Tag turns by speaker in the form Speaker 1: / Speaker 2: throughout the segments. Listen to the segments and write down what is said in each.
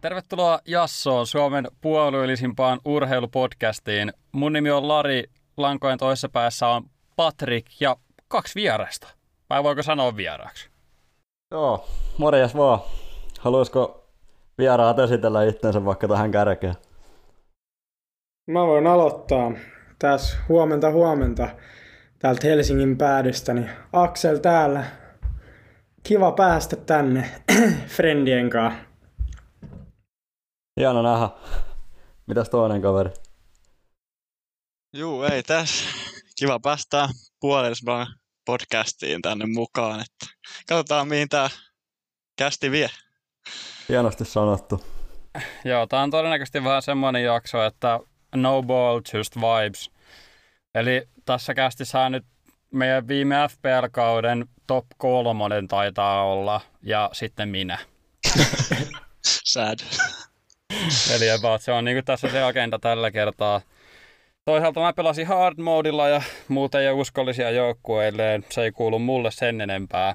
Speaker 1: Tervetuloa Jassoon, Suomen puolueellisimpaan urheilupodcastiin. Mun nimi on Lari, lankojen toisessa päässä on Patrik ja kaksi vierasta. Vai voiko sanoa vieraaksi?
Speaker 2: Joo, morjes vaan. Haluaisiko vieraat esitellä itsensä vaikka tähän kärkeen?
Speaker 3: Mä voin aloittaa. Tässä huomenta huomenta täältä Helsingin päädystäni. Aksel täällä. Kiva päästä tänne friendien kanssa.
Speaker 2: Hieno nähdä. Mitäs toinen kaveri?
Speaker 4: Juu, ei tässä. Kiva päästä puolismaan podcastiin tänne mukaan. Että katsotaan, mihin tämä kästi vie.
Speaker 2: Hienosti sanottu.
Speaker 1: Joo, tää on todennäköisesti vähän semmoinen jakso, että no ball, just vibes. Eli tässä kästissä nyt meidän viime FPL-kauden top kolmonen taitaa olla, ja sitten minä.
Speaker 4: Sad.
Speaker 1: Eli about, se on niinku tässä se agenda tällä kertaa. Toisaalta mä pelasin hard modilla ja muuten ei ole uskollisia joukkueilleen. Se ei kuulu mulle sen enempää.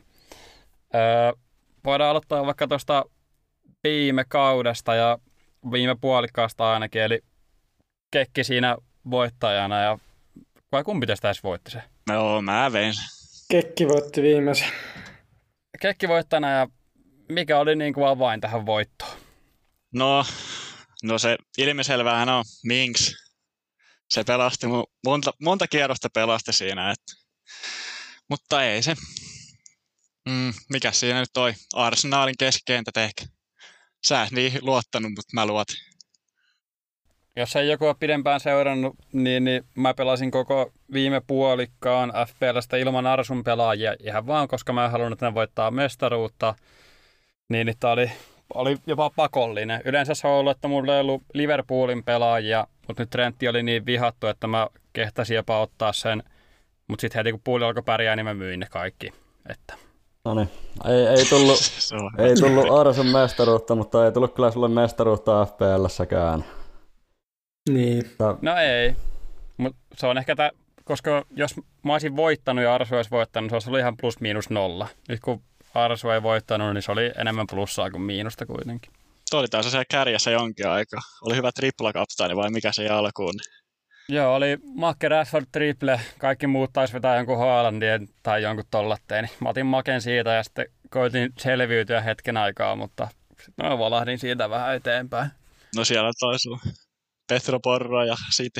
Speaker 1: Öö, voidaan aloittaa vaikka tuosta viime kaudesta ja viime puolikkaasta ainakin. Eli Kekki siinä voittajana ja vai kumpi tästä edes voitti se?
Speaker 4: No, mä vein.
Speaker 3: Kekki voitti viimeisen.
Speaker 1: Kekki voittajana ja mikä oli niin kuin avain tähän voittoon?
Speaker 4: No, no se ilmiselvähän on Minks. Se pelasti mu- monta, monta kierrosta pelasti siinä. Et. Mutta ei se. Mm, mikä siinä nyt toi? Arsenaalin keskikentä ehkä. Sä et niihin luottanut, mutta mä luotin.
Speaker 1: Jos ei joku ole pidempään seurannut, niin, niin mä pelasin koko viime puolikkaan FPLstä ilman Arsun pelaajia ihan vaan, koska mä en halunnut, että ne voittaa mestaruutta. Niin, niin tää oli, oli jopa pakollinen. Yleensä se on ollut, että mulla ei ollut Liverpoolin pelaajia, mutta nyt Trentti oli niin vihattu, että mä kehtasin jopa ottaa sen. Mutta sitten heti kun puoli alkoi pärjää, niin mä myin ne kaikki. Että.
Speaker 2: Noniin. No niin. Ei, ei tullut,
Speaker 4: Se on
Speaker 2: ei tullut Arsun mestaruutta, mutta ei tullut kyllä sulle mestaruutta FPL-säkään.
Speaker 3: Niin.
Speaker 2: Tää,
Speaker 1: No ei, mutta se on ehkä tää, koska jos mä olisin voittanut ja Arsu olisi voittanut, se olisi ollut ihan plus miinus nolla. Nyt kun Arsu ei voittanut, niin se oli enemmän plussaa kuin miinusta kuitenkin.
Speaker 4: Tuo oli taas siellä kärjessä jonkin aikaa. Oli hyvä triplakapteeni vai mikä se alkuun.
Speaker 1: Joo, oli Makke Rashford triple, kaikki muut taisi vetää jonkun Haalandien tai jonkun tollatteen. Mä otin Maken siitä ja sitten koitin selviytyä hetken aikaa, mutta sitten mä valahdin siitä vähän eteenpäin.
Speaker 4: No siellä taisi olla Petro Porro ja City.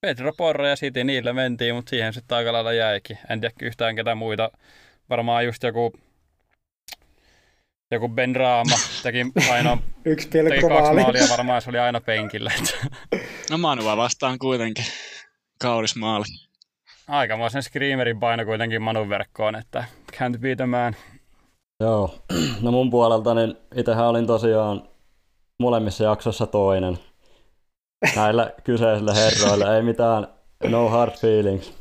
Speaker 1: Pedro Porro ja City, niillä mentiin, mutta siihen sitten aika lailla jäikin. En tiedä yhtään ketä muita. Varmaan just joku, joku Ben Raama teki, aina,
Speaker 3: Yksi
Speaker 1: teki kaksi
Speaker 3: pilkkomaali.
Speaker 1: maalia, varmaan se oli aina penkillä.
Speaker 4: No Manua vastaan kuitenkin. Kauris maali.
Speaker 1: Aikamoisen screamerin paino kuitenkin Manun verkkoon, että can't beat a man.
Speaker 2: Joo, no mun puolelta niin itsehän olin tosiaan molemmissa jaksoissa toinen. Näillä kyseisillä herroilla ei mitään no hard feelings.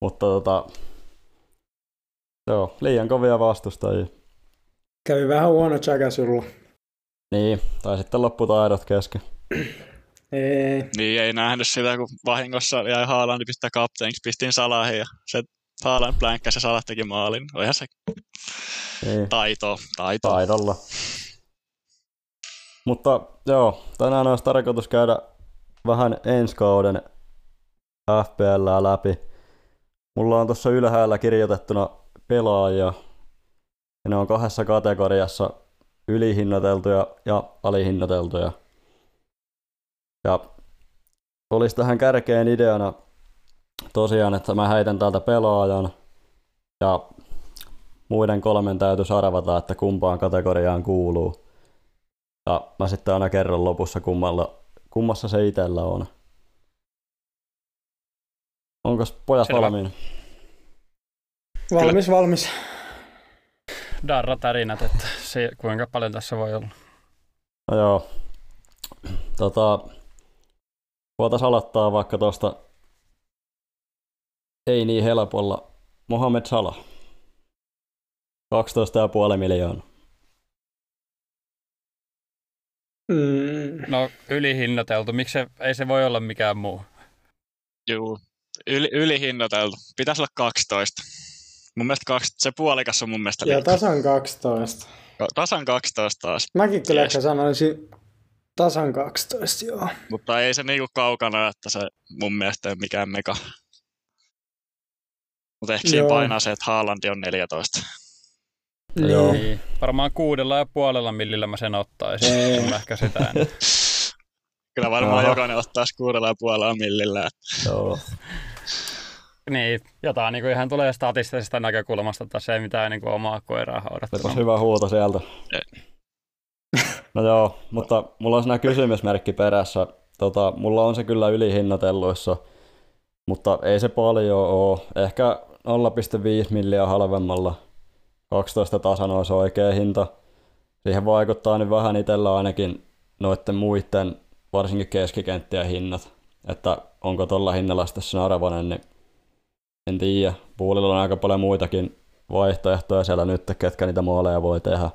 Speaker 2: Mutta tota, joo, liian kovia vastustajia.
Speaker 3: Kävi vähän huono chaga sulla.
Speaker 2: Niin, tai sitten lopputaidot kesken.
Speaker 3: Ei.
Speaker 4: Niin ei nähnyt sitä, kun vahingossa jäi Haalandi pistää kapteeniksi. Pistin Salahin ja se Haaland plänkkäsi ja Salah teki maalin. Olihan se
Speaker 2: Niin,
Speaker 4: taito, taito.
Speaker 2: taidolla. Mutta joo, tänään olisi tarkoitus käydä vähän ensi kauden FPL läpi. Mulla on tuossa ylhäällä kirjoitettuna pelaajia. Ja ne on kahdessa kategoriassa ylihinnoiteltuja ja alihinnoiteltuja. Ja olisi tähän kärkeen ideana tosiaan, että mä heitän täältä pelaajan. Ja muiden kolmen täytyisi arvata, että kumpaan kategoriaan kuuluu. Ja mä sitten aina kerron lopussa, kummalla, kummassa se itellä on. Onko pojat
Speaker 1: Selvä.
Speaker 2: valmiina?
Speaker 3: Valmis, valmis.
Speaker 1: Darra tärinät, että se, kuinka paljon tässä voi olla.
Speaker 2: No joo. Tota, voitaisiin aloittaa vaikka tuosta ei niin helpolla. Mohamed Salah. 12,5 miljoonaa.
Speaker 3: Mm.
Speaker 1: No ylihinnoiteltu, miksi se, ei se voi olla mikään muu.
Speaker 4: Juu. Yli, ylihinnoiteltu. Pitäisi olla 12. Mun mielestä 12, se puolikas on mun mielestä
Speaker 3: Ja
Speaker 4: liikaa.
Speaker 3: tasan 12.
Speaker 4: Tasan 12 taas,
Speaker 3: Mäkin kyllä
Speaker 4: Jees.
Speaker 3: yes. sanoisin tasan 12, joo.
Speaker 4: mutta ei se niinku kaukana, että se mun mielestä ei ole mikään mega. Mutta ehkä siinä
Speaker 3: Joo.
Speaker 4: painaa se, että Haalandi on 14.
Speaker 2: Joo.
Speaker 3: Niin.
Speaker 1: Niin. Varmaan kuudella ja puolella millillä mä sen ottaisin.
Speaker 3: Ei.
Speaker 1: Kun mä ehkä sitä en.
Speaker 4: Kyllä varmaan
Speaker 2: Aha.
Speaker 4: Aha. jokainen ottaa kuudella ja puolella millillä.
Speaker 2: Joo.
Speaker 1: Niin, jotain niin ihan tulee statistisesta näkökulmasta, että se ei mitään niin kuin omaa koiraa haudattuna.
Speaker 2: Olipas hyvä huuto sieltä. No joo, mutta mulla on siinä kysymysmerkki perässä. Tota, mulla on se kyllä ylihinnoitelluissa, mutta ei se paljon oo. Ehkä 0,5 milliä halvemmalla. 12 tasan olisi oikea hinta. Siihen vaikuttaa nyt vähän itsellä ainakin noiden muiden, varsinkin keskikenttien hinnat. Että onko tuolla hinnalla sitten sen arvoinen, niin en tiedä. Puolilla on aika paljon muitakin vaihtoehtoja siellä nyt, ketkä niitä maaleja voi tehdä.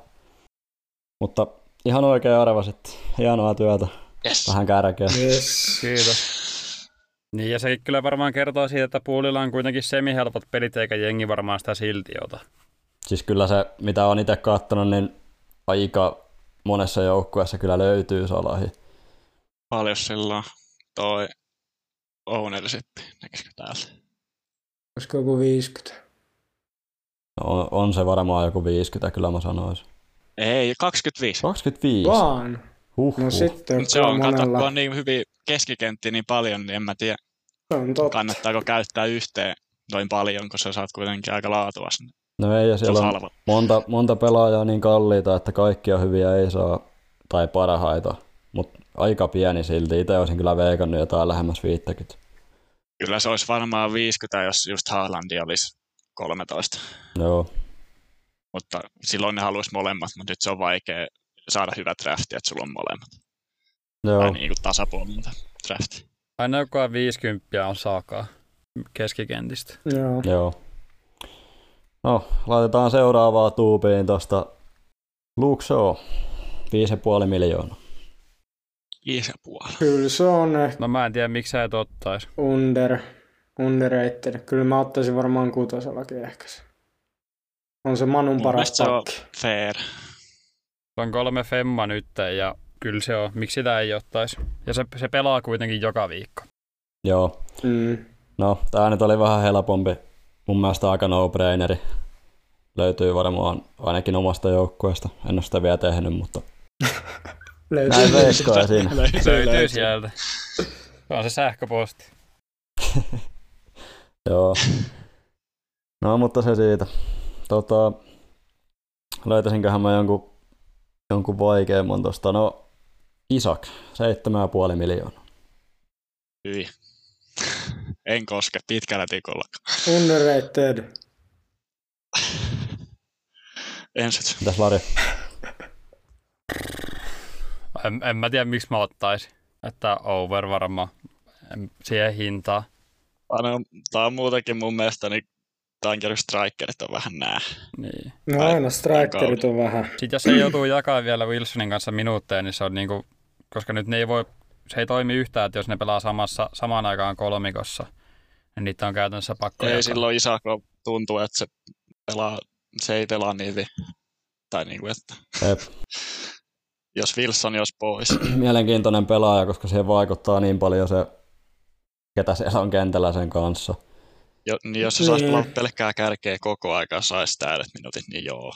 Speaker 2: Mutta ihan oikea arva sitten. Hienoa työtä.
Speaker 4: Yes.
Speaker 2: Vähän kärkeä.
Speaker 3: Yes.
Speaker 1: Kiitos. Niin, ja sekin kyllä varmaan kertoo siitä, että puolilla on kuitenkin semihelpot pelit, eikä jengi varmaan sitä silti ota.
Speaker 2: Siis kyllä se, mitä on itse katsonut, niin aika monessa joukkueessa kyllä löytyy salahi.
Speaker 4: Paljon silloin toi Ounel sitten. Näkisikö täällä?
Speaker 3: Olisiko joku 50?
Speaker 2: No, On, on se varmaan joku 50, kyllä mä sanoisin.
Speaker 4: Ei, 25.
Speaker 2: 25?
Speaker 3: Vaan.
Speaker 2: Huhhuh.
Speaker 3: No sitten on
Speaker 4: Mut se on, kato, kun
Speaker 3: monella.
Speaker 4: on niin hyviä keskikenttiä niin paljon, niin en mä tiedä,
Speaker 3: Se on totta.
Speaker 4: kannattaako käyttää yhteen noin paljon, kun sä saat kuitenkin aika laatuas. niin
Speaker 2: No ei, ja
Speaker 4: Se on
Speaker 2: siellä on
Speaker 4: halva.
Speaker 2: monta, monta pelaajaa niin kalliita, että kaikkia hyviä ei saa, tai parhaita. Mutta aika pieni silti. Itse olisin kyllä veikannut jotain lähemmäs 50.
Speaker 4: Kyllä se olisi varmaan 50, jos just Haalandi olisi 13.
Speaker 2: Joo.
Speaker 4: Mutta silloin ne haluaisi molemmat, mutta nyt se on vaikea saada hyvä drafti, että sulla on molemmat.
Speaker 2: Joo.
Speaker 4: Tai niin kuin tasapuolinen drafti.
Speaker 1: Aina joka no, on 50 on saakaa keskikentistä.
Speaker 3: Joo.
Speaker 2: Joo. No, laitetaan seuraavaa tuupiin tosta Luxo. 5,5 miljoonaa.
Speaker 4: Viisi ja puoli.
Speaker 3: Kyllä se on ehkä
Speaker 1: No mä en tiedä, miksi sä et ottais.
Speaker 3: under, underrated. Kyllä mä ottaisin varmaan kutosellakin ehkä se. On se Manun
Speaker 4: Mun
Speaker 3: paras
Speaker 4: mielestä se on-
Speaker 3: pakki.
Speaker 4: Fair.
Speaker 1: Se on kolme femma nyt ja kyllä se on. Miksi sitä ei ottais? Ja se, se pelaa kuitenkin joka viikko.
Speaker 2: Joo.
Speaker 3: Mm.
Speaker 2: No, tää nyt oli vähän helpompi. Mun mielestä aika no-braineri. Löytyy varmaan ainakin omasta joukkueesta. En ole sitä vielä tehnyt, mutta näin
Speaker 3: Löytyy.
Speaker 2: veikkaa siinä.
Speaker 1: Löytyy sieltä. Se on se sähköposti.
Speaker 2: Joo. No, mutta se siitä. Tota, löytäisinköhän mä jonkun, jonkun vaikeamman tosta. No, Isak, 7,5 miljoonaa.
Speaker 4: Hyi. En koske pitkällä tikulla.
Speaker 3: Underrated.
Speaker 4: Ensit.
Speaker 2: Mitäs Lari?
Speaker 1: En, en mä tiedä, miksi mä ottais. Että over varmaan. En- Siihen hintaan.
Speaker 4: Tämä on muutenkin mun mielestä, niin Tankerin strikerit on vähän nää.
Speaker 1: Niin.
Speaker 3: No
Speaker 4: Ai,
Speaker 3: aina strikerit on vähän.
Speaker 1: Sitten jos se joutuu jakamaan vielä Wilsonin kanssa minuutteja, niin se on niinku, koska nyt ne ei voi, se ei toimi yhtään, että jos ne pelaa samassa, samaan aikaan kolmikossa, niin niitä on käytännössä pakko
Speaker 4: Ei
Speaker 1: jakaa.
Speaker 4: silloin Isako tuntuu, että se, pelaa, se ei pelaa niin hyvin. Tai niin kuin, että
Speaker 2: Jep.
Speaker 4: jos Wilson jos pois.
Speaker 2: mielenkiintoinen pelaaja, koska siihen vaikuttaa niin paljon se, ketä siellä on kentällä sen kanssa.
Speaker 4: Jo, niin jos se saisi
Speaker 3: Niin.
Speaker 4: pelata pelkkää kärkeä koko aikaa, saisi täydet minuutit, niin joo.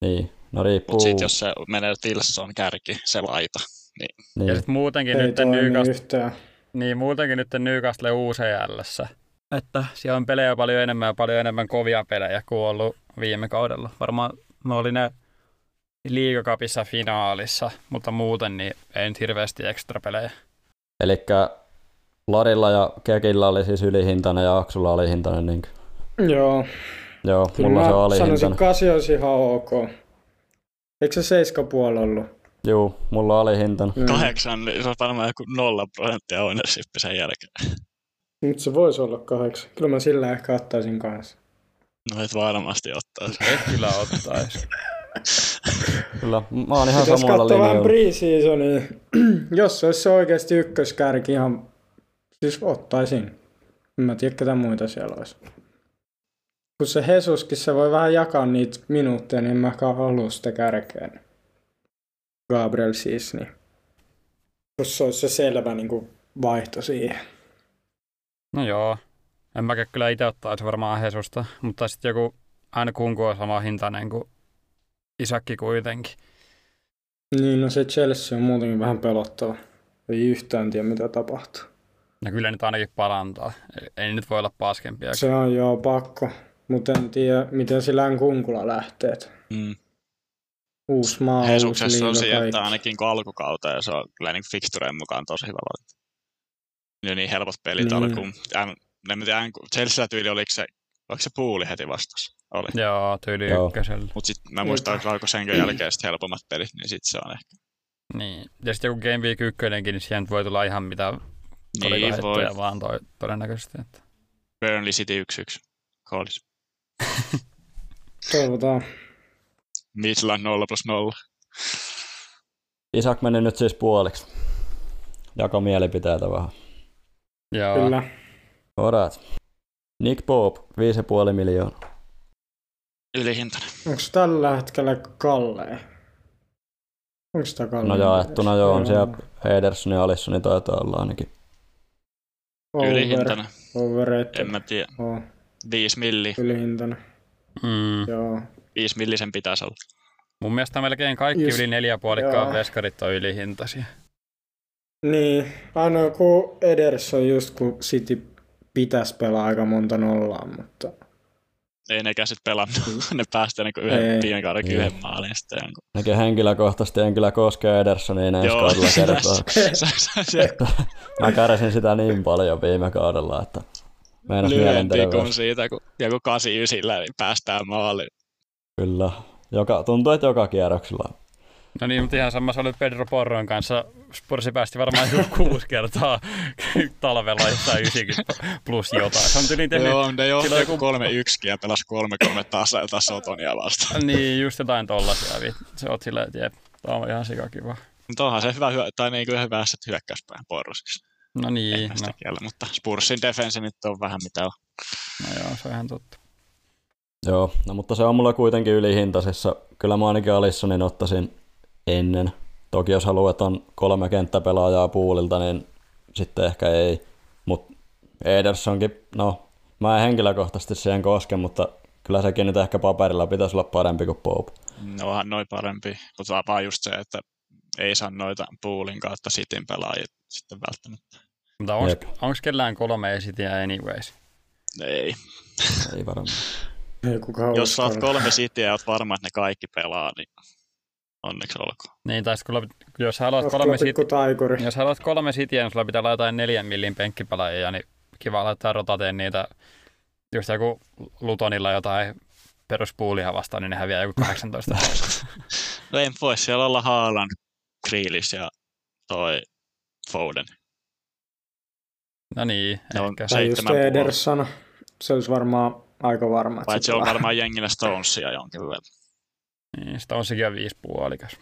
Speaker 2: Niin, no
Speaker 4: Mutta
Speaker 2: riippuu.
Speaker 4: sitten jos se menee Wilson kärki, se laita.
Speaker 1: Ja
Speaker 2: Niin,
Speaker 1: sitten muutenkin
Speaker 3: Ei
Speaker 1: nyt
Speaker 3: toimi
Speaker 1: Newcastle,
Speaker 3: yhtään.
Speaker 1: niin muutenkin nyt Newcastle UCLssä. Että siellä on pelejä paljon enemmän ja paljon enemmän kovia pelejä kuin ollut viime kaudella. Varmaan ne oli ne liigakapissa finaalissa, mutta muuten niin ei nyt hirveästi ekstra pelejä.
Speaker 2: eli Larilla ja Kekillä oli siis ylihintainen ja Aksulla alihintainen. Niin,
Speaker 3: Joo.
Speaker 2: joo,
Speaker 3: Kyllä
Speaker 2: mulla se on
Speaker 3: mä sanoisin,
Speaker 2: alihintainen.
Speaker 3: että kasi olisi ihan ok. Eikö se seiska puoli ollut?
Speaker 2: Juu, mulla on alihintainen.
Speaker 3: Mm.
Speaker 4: Kahdeksan, niin se on varmaan joku nolla prosenttia ownership sen jälkeen.
Speaker 3: Nyt se voisi olla kahdeksan. Kyllä mä sillä ehkä ottaisin kanssa.
Speaker 4: No et varmasti ottaa sen.
Speaker 1: Et kyllä ottaisi.
Speaker 2: Kyllä, mä oon ihan
Speaker 3: Pitäis
Speaker 2: samoilla
Speaker 3: katsoa vähän
Speaker 2: linjoilla.
Speaker 3: pre-seasonia. Jos se olisi se oikeasti ykköskärki ihan... Siis ottaisin. En mä tiedä, ketä muita siellä olisi. kun se Hesuskin, se voi vähän jakaa niitä minuutteja, niin mä haluan sitä kärkeen. Gabriel siis, niin. Jos se olisi se selvä niin kuin vaihto siihen.
Speaker 1: No joo. En mä kyllä itse ottaisi varmaan Hesusta, mutta sitten joku aina kunku on sama hintainen kuin Isakki kuitenkin.
Speaker 3: Niin, no se Chelsea on muutenkin vähän pelottava. Ei yhtään tiedä, mitä tapahtuu.
Speaker 1: No kyllä nyt ainakin parantaa. Ei, ei nyt voi olla paskempia.
Speaker 3: Se on joo pakko, mutta en tiedä, miten sillä kunkula lähtee.
Speaker 4: Mm.
Speaker 3: Uusi maa, uusi
Speaker 4: Hesuksessa on
Speaker 3: liiga,
Speaker 4: sieltä
Speaker 3: kaikki.
Speaker 4: ainakin kun alkukautta ja se on kyllä niin fixturen mukaan tosi hyvä valinta. Ne on niin helpot pelit
Speaker 3: Niin.
Speaker 4: mm. alkuun. N, en mä tiedä, N- Chelsea tyyli oliko se, oliko se puuli heti vastassa? Oli.
Speaker 1: Joo, tyyli
Speaker 2: Joo.
Speaker 1: ykkösellä.
Speaker 4: Mutta sitten mä muistan, että alkoi sen jälkeen sit helpommat pelit, niin sitten se on ehkä.
Speaker 1: Niin. Ja sitten joku Game Week 1, niin siihen nyt voi tulla ihan mitä
Speaker 4: Niin voi.
Speaker 1: kolikohittoja vaan toi, todennäköisesti. Että.
Speaker 4: Burnley City 1-1. Callis.
Speaker 3: Toivotaan.
Speaker 4: Midland 0 plus 0.
Speaker 2: Isak meni nyt siis puoliksi. Jako mielipiteitä vähän.
Speaker 1: Joo.
Speaker 3: Kyllä.
Speaker 2: Orat. Nick Pope, 5,5 miljoonaa.
Speaker 4: Ylihintainen.
Speaker 3: Onko tällä hetkellä kallee? Onko sitä kallee?
Speaker 2: No jaettuna joo, on siellä Ederson ja Alisson, niin taitaa olla ainakin.
Speaker 3: Over,
Speaker 4: Ylihintainen.
Speaker 3: overrated.
Speaker 4: En mä tiedä.
Speaker 3: Joo,
Speaker 4: 5 milli.
Speaker 3: ylihintainen.
Speaker 1: Mm.
Speaker 3: Joo.
Speaker 4: 5 milli sen pitäisi olla.
Speaker 1: Mun mielestä melkein kaikki
Speaker 3: Just-
Speaker 1: yli neljä puolikkaan
Speaker 3: joo.
Speaker 1: veskarit on ylihintaisia.
Speaker 3: Niin, ainoa kun Ederson just kun City pitäisi pelaa aika monta nollaa, mutta
Speaker 4: Ei nekään sit pelannut. ne päästi niinku yhden
Speaker 3: Ei.
Speaker 4: viime kauden
Speaker 2: Niin.
Speaker 4: yhden maalin sitten. jonkun.
Speaker 2: Ainakin henkilökohtaisesti en kyllä koske Edersoniin ensi
Speaker 4: Joo.
Speaker 2: kaudella kertaa.
Speaker 4: Se- se- se-
Speaker 2: Mä kärsin sitä niin paljon viime kaudella, että meinas
Speaker 4: lyhempi kuin
Speaker 2: mielenterveys.
Speaker 4: siitä, kun joku 89 niin päästään maaliin.
Speaker 2: Kyllä. Joka, tuntuu, että joka kierroksella.
Speaker 1: No niin, mutta ihan sama se oli Pedro Porron kanssa. Spursi päästi varmaan joku kuusi kertaa talvella jossain 90 plus jotain. Se on tyyliin tehnyt
Speaker 4: Joo, ne
Speaker 1: silloin
Speaker 4: johtoi
Speaker 1: kun-
Speaker 4: joku kolme yksikin ja pelasi kolme kolme tasa, tasotonia vastaan.
Speaker 1: Niin, just jotain tollasia. vi- Se oot silleen, että jep, tää on ihan sikakiva.
Speaker 4: Mutta onhan se hyvä, hyö- tai niin kuin hyvä asset hyökkäyspään porrusiksi.
Speaker 1: No niin, no,
Speaker 4: No. Kielä, mutta Spursin defense nyt on vähän mitä on.
Speaker 1: no joo, se on ihan totta.
Speaker 2: Joo, no mutta se on mulla kuitenkin ylihintaisessa. Kyllä mä ainakin Alissonin ottaisin ennen. Toki jos haluat että on kolme kenttäpelaajaa puulilta, niin sitten ehkä ei. Mutta Edersonkin, no mä en henkilökohtaisesti siihen koske, mutta kyllä sekin nyt ehkä paperilla pitäisi olla parempi kuin Pope.
Speaker 4: No onhan noin parempi, mutta vaan just se, että ei saa noita puulin kautta sitin pelaajia sitten välttämättä.
Speaker 1: Mutta onks,
Speaker 2: Jep.
Speaker 1: onks kellään kolme esitiä anyways?
Speaker 4: Ei.
Speaker 2: Ei varmaan.
Speaker 3: ei kukaan
Speaker 4: Jos saat
Speaker 3: uskalla.
Speaker 4: kolme sitiä ja oot varma, että ne kaikki pelaa, niin onneksi olkoon.
Speaker 1: Niin, tai sit kun lopet- jos haluat
Speaker 3: Oot
Speaker 1: kolme
Speaker 3: kyllä
Speaker 1: sit,
Speaker 3: pikku taikuri.
Speaker 1: jos haluat kolme sitiä, niin sulla pitää olla jotain neljän millin penkkipelaajia, niin kiva laittaa rotateen niitä. Just joku Lutonilla jotain peruspuulia vastaan, niin ne häviää joku 18.
Speaker 4: No en pois, siellä olla Haaland, Grealish ja toi Foden.
Speaker 1: no niin,
Speaker 4: Ne on
Speaker 1: ehkä.
Speaker 4: se-
Speaker 3: Tai just
Speaker 4: seitsemän puoli.
Speaker 3: Ederson. Se olisi varmaan aika varma. että
Speaker 4: Paitsi
Speaker 3: se
Speaker 4: on
Speaker 3: pelaa.
Speaker 4: varmaan jengillä Stonesia jonkin verran.
Speaker 1: Niin, sitä on sekin jo viisi puolikas.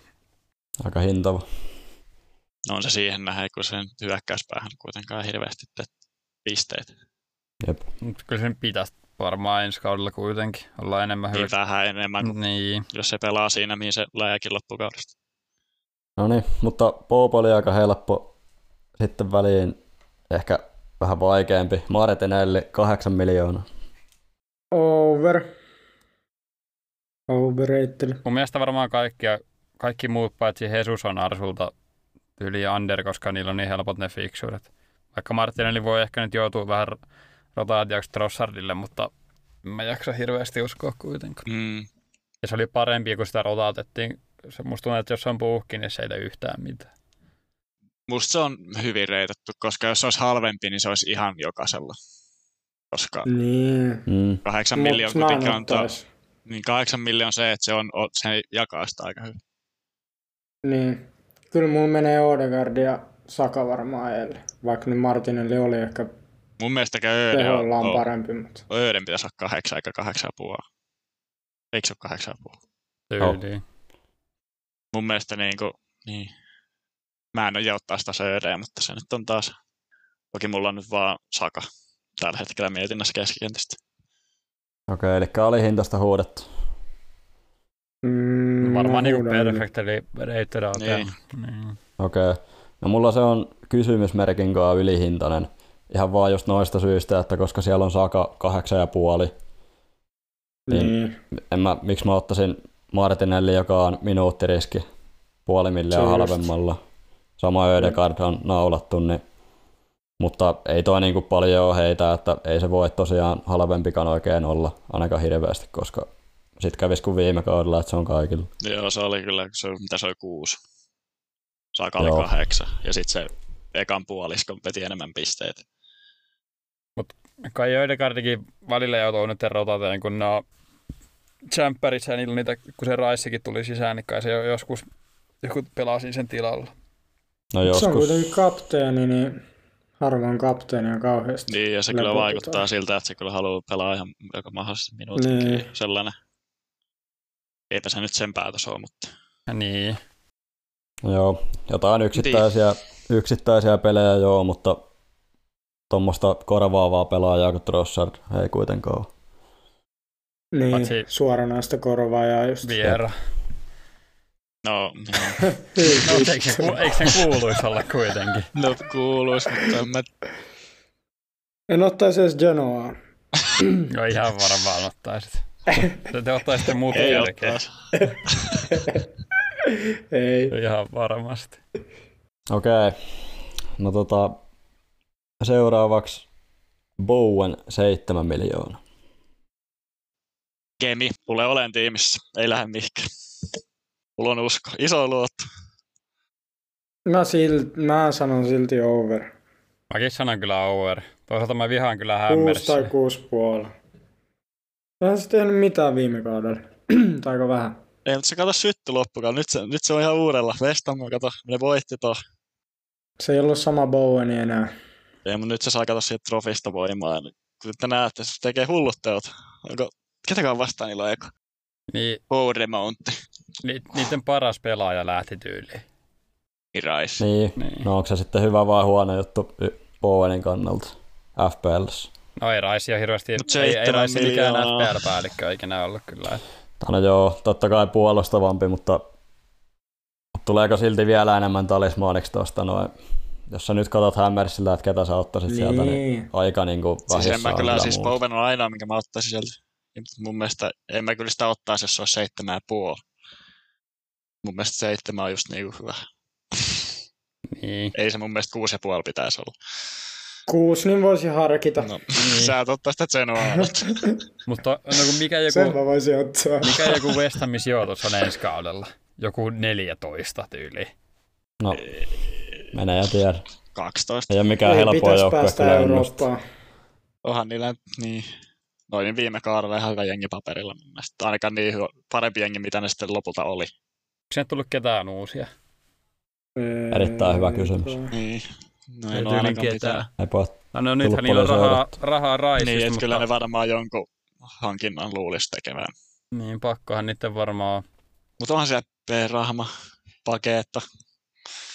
Speaker 2: Aika hintava.
Speaker 4: No on se siihen nähden, kun sen hyökkäyspäähän kuitenkaan hirveästi Niin tee pisteitä.
Speaker 1: Mutta kyllä sen pitäisi varmaan ensi kaudella kuitenkin olla enemmän
Speaker 4: Niin
Speaker 1: hyökkäyksiä.
Speaker 4: vähän enemmän kuin
Speaker 1: Niin,
Speaker 4: jos se pelaa siinä, mihin se läjäkin loppukaudesta.
Speaker 2: No niin, mutta Pope oli aika helppo. Sitten väliin ehkä vähän vaikeampi. Martinelli 8 miljoonaa.
Speaker 3: Over. Overrated.
Speaker 1: mun mielestä varmaan kaikkia, kaikki muut paitsi Jesus on Arsulta yli under, koska niillä on niin helpot ne fiksuudet. Vaikka Martinelli voi ehkä nyt joutua vähän rotaatioksi Trossardille, mutta en mä jaksa hirveästi uskoa kuitenkaan.
Speaker 4: Mm.
Speaker 1: Ja se oli parempi, kun sitä rotaatettiin. Se, musta tuntuu, että jos se on puuhki, niin se ei tee yhtään mitään.
Speaker 4: Musta se on hyvin reitattu, koska jos se olisi halvempi, niin se olisi ihan jokaisella. Koska
Speaker 3: Niin.
Speaker 2: Mm.
Speaker 4: kahdeksan
Speaker 3: Mut
Speaker 4: miljoonaa
Speaker 3: mä en
Speaker 4: kuitenkin antaa,
Speaker 3: ottais.
Speaker 4: niin kahdeksan miljoonaa se, että se, on, o- se jakaa sitä aika hyvin.
Speaker 3: Niin. Kyllä mulla menee Odegaard ja Saka varmaan edelle. Vaikka nyt Martinelli oli ehkä
Speaker 4: Mun mielestä Öden, on,
Speaker 3: tehollaan
Speaker 4: on,
Speaker 3: parempi, mutta
Speaker 4: Öden pitäisi olla kahdeksan eikä kahdeksan ja puolella. Eikö se ole kahdeksan ja puolella?
Speaker 1: Tyyliin.
Speaker 4: mun mielestä niin kuin, niin. mä en ole ottaa sitä Södeä, mutta se nyt on taas, toki mulla on nyt vaan Saka tällä hetkellä mietinnässä keskikentistä.
Speaker 2: Okei, eli oli hintasta huudettu.
Speaker 3: Mm,
Speaker 1: No Varmaan
Speaker 3: mä
Speaker 1: niin
Speaker 3: huudan nyt.
Speaker 1: perfect, eli rated out.
Speaker 4: Niin.
Speaker 1: Niin.
Speaker 2: Okei. No mulla se on kysymysmerkin kanssa ylihintainen. Ihan vaan just noista syistä, että koska siellä on Saka kahdeksan ja puoli,
Speaker 3: Niin,
Speaker 2: en mä, miksi mä ottaisin Martinelli, joka on minuuttiriski puoli
Speaker 3: Se
Speaker 2: milliä
Speaker 3: on just.
Speaker 2: halvemmalla. Sama Ödegard on naulattu, niin. mutta ei toi niinku paljon ole heitä, että ei se voi tosiaan halvempikaan oikein olla, ainakaan hirveästi, koska sit kävis kuin viime kaudella, että se on kaikilla.
Speaker 4: Joo, se oli kyllä, se, oli- mitä se oli kuusi. Saka oli
Speaker 2: Joo.
Speaker 4: kahdeksan. Ja sitten se ekan puoliskon peti enemmän pisteitä.
Speaker 1: Kai Ödegaardikin välillä joutuu nyt rotateen, kun ne on tsemppärissä ja niillä on niitä, kun se Raissikin tuli sisään, niin kai se jo- joskus joku pelasi sen tilalla.
Speaker 2: No
Speaker 3: se on
Speaker 2: joskus,
Speaker 3: kuitenkin kapteeni, niin harvoin kapteeni on kauheasti.
Speaker 4: Niin, ja se kyllä
Speaker 3: Lepotetaan.
Speaker 4: vaikuttaa siltä, että se kyllä haluaa pelaa ihan joka mahdollisesti minuutin.
Speaker 3: Niin.
Speaker 4: Sellainen. Eipä se nyt sen päätös ole, mutta
Speaker 1: Niin.
Speaker 2: joo, jotain yksittäisiä,
Speaker 3: Niin.
Speaker 2: yksittäisiä pelejä joo, mutta tuommoista korvaavaa pelaajaa kuin Trossard ei kuitenkaan ole.
Speaker 3: Niin,
Speaker 1: Paitsi- Niin.
Speaker 3: suoranaista korvaajaa just.
Speaker 1: Viera.
Speaker 4: no, joo.
Speaker 3: Ei,
Speaker 1: No,
Speaker 3: vittu.
Speaker 1: eikö sen, ku- eikö sen kuuluisi olla kuitenkin?
Speaker 4: no kuuluis, mutta en mä...
Speaker 3: En ottaisi edes Genoa.
Speaker 1: No ihan varmaan ottaisit. Te, te ottaisitte muut
Speaker 4: Ei
Speaker 1: jälkeen.
Speaker 4: ottaisi.
Speaker 3: Ei.
Speaker 1: Ihan varmasti.
Speaker 2: Okei. No tota, seuraavaksi Bowen 7 miljoonaa.
Speaker 4: Kemi, tulee olen tiimissä, ei lähde mihinkään. Mulla on usko, iso luotto.
Speaker 3: Mä, silt, mä sanon silti over.
Speaker 1: Mäkin sanon kyllä over. Toisaalta mä vihaan kyllä
Speaker 3: 6 tai
Speaker 1: hämmersiä.
Speaker 3: 6,5. Eihän se tehnyt mitään viime kaudella. Tai aika vähän.
Speaker 4: Ei, mutta se kato sytty loppukaan. Nyt se, nyt se on ihan uudella. Vestammo, kato, ne voitti tuo.
Speaker 3: Se ei ollut sama Bowen enää.
Speaker 4: Ei, mutta nyt se saa kato siitä trofista voimaa. Kun te näette, se tekee hullut teot. Onko, ketäkään vastaan niillä on eka?
Speaker 1: Niin,
Speaker 4: Bournemountti.
Speaker 1: ni, niiden paras pelaaja lähti tyyliin.
Speaker 4: Irais.
Speaker 2: Niin.
Speaker 1: Niin.
Speaker 2: No onko se sitten hyvä vai huono juttu y- Bowenin kannalta FPLs?
Speaker 1: No ei Raisi ole hirveästi,
Speaker 4: Mut
Speaker 1: ei, ei
Speaker 4: seitsemän
Speaker 1: Raisi mikään
Speaker 4: miljoonaa.
Speaker 1: FPL-päällikkö ikinä ollut kyllä.
Speaker 2: No joo, totta kai puolustavampi, mutta tuleeko silti vielä enemmän talismaaniksi tuosta noin? Jos sä nyt katsot Hammersillä, että ketä sä ottaisit niin. sieltä, niin
Speaker 3: Niin.
Speaker 2: aika niinku
Speaker 4: Siis
Speaker 2: vähissä
Speaker 4: en mä
Speaker 2: on
Speaker 4: kyllä,
Speaker 2: kyllä
Speaker 4: siis
Speaker 2: muuta.
Speaker 4: Bowen on ainoa, minkä mä ottaisin sieltä. Ja mut mun mielestä, en mä kyllä sitä ottaisi, jos se olisi seitsemän ja puoli. Mun mielestä seitsemän on just niinku hyvä.
Speaker 1: Niin.
Speaker 4: Ei se mun mielestä kuusi ja puoli pitäisi olla.
Speaker 3: Kuusi, niin voisi harkita.
Speaker 4: No,
Speaker 2: Niin.
Speaker 4: sä et ottaa sitä Zenoa.
Speaker 1: Mutta no, kun mikä
Speaker 3: Sen
Speaker 1: joku,
Speaker 3: mä voisin ottaa.
Speaker 1: mikä joku West Hamin sijoitus on ensi kaudella? Joku 14 tyyliin.
Speaker 2: No, menee ja tiedä.
Speaker 4: 12.
Speaker 2: Ei ole mikään
Speaker 3: Ei
Speaker 2: helppoa
Speaker 3: pitäisi
Speaker 2: joukkue
Speaker 3: Niin, päästä
Speaker 2: kyllä ennustaa.
Speaker 3: Eurooppaan.
Speaker 4: Onhan niillä, niin. Noin niin viime kaudella ihan hyvä jengi paperilla mun mielestä. Ainakaan niin hyvä, parempi jengi, mitä ne sitten lopulta oli.
Speaker 1: Onko sinne tullut ketään uusia?
Speaker 2: Erittäin hyvä kysymys.
Speaker 4: Niin. No
Speaker 1: Ei
Speaker 4: ei ole
Speaker 1: tyyliin
Speaker 4: ainakaan
Speaker 1: ketään.
Speaker 4: mitään.
Speaker 2: Ei voi
Speaker 1: No, no nythän
Speaker 2: Tullut
Speaker 1: niillä on
Speaker 2: paljon
Speaker 1: rahaa, rahaa Raisista,
Speaker 4: Niin, että
Speaker 1: mutta
Speaker 4: kyllä ne varmaan jonkun hankinnan luulisi tekevään.
Speaker 1: niin, pakkohan niiden varmaan
Speaker 4: Mutta onhan siellä P-rahma, paketta.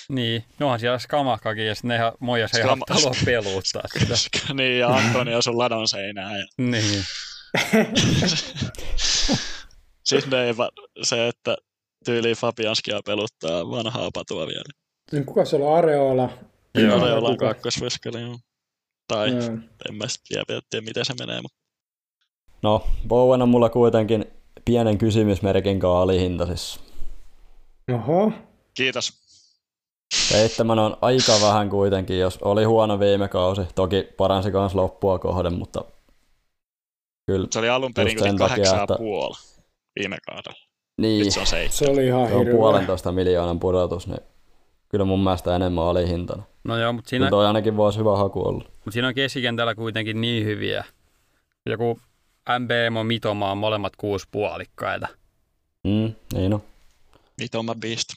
Speaker 1: Niin, no onhan siellä Skamakakin ja sitten ne ihan mojas ei
Speaker 4: Skama-
Speaker 1: halua peluuttaa sitä.
Speaker 4: niin, ja Antoni on sun ladon seinää. Ja...
Speaker 1: niin,
Speaker 4: siis ne ei va- se, että tyyli Fabianskia peluttaa vanhaa patua vielä.
Speaker 3: Niin kuka siellä on Areola?
Speaker 1: Joo,
Speaker 4: Joo, ollaan
Speaker 3: kuka?
Speaker 4: kakkosveskali, joo. Tai
Speaker 3: Joo.
Speaker 4: en mä sit vielä tiedä, miten se menee, mutta
Speaker 2: No, Bowen on mulla kuitenkin pienen kysymysmerkin kanssa alihintaisissa.
Speaker 3: Oho.
Speaker 4: kiitos.
Speaker 2: Seitsemän on aika vähän kuitenkin, jos oli huono viime kausi. Toki paransi kans loppua kohden, mutta kyllä.
Speaker 4: Se oli alun perin
Speaker 2: Just sen
Speaker 4: kyllä
Speaker 2: takia,
Speaker 4: kahdeksan ja
Speaker 2: että-
Speaker 4: puoli viime kaudella.
Speaker 2: Niin,
Speaker 4: Nyt se on seitsemän.
Speaker 3: Se oli ihan
Speaker 2: se on
Speaker 3: hirveä.
Speaker 2: puolentoista miljoonan pudotus, niin kyllä mun mielestä enemmän
Speaker 4: Niin
Speaker 2: alihintana.
Speaker 1: no joo, mutta siinä,
Speaker 2: Kyllä toi ainakin voisi hyvä haku olla.
Speaker 1: mut siinä on keskikentällä kuitenkin niin hyviä. Joku MBMO Mitoma on molemmat kuusi puolikkaita.
Speaker 2: Mm, niin on.
Speaker 4: Mitoma Beast.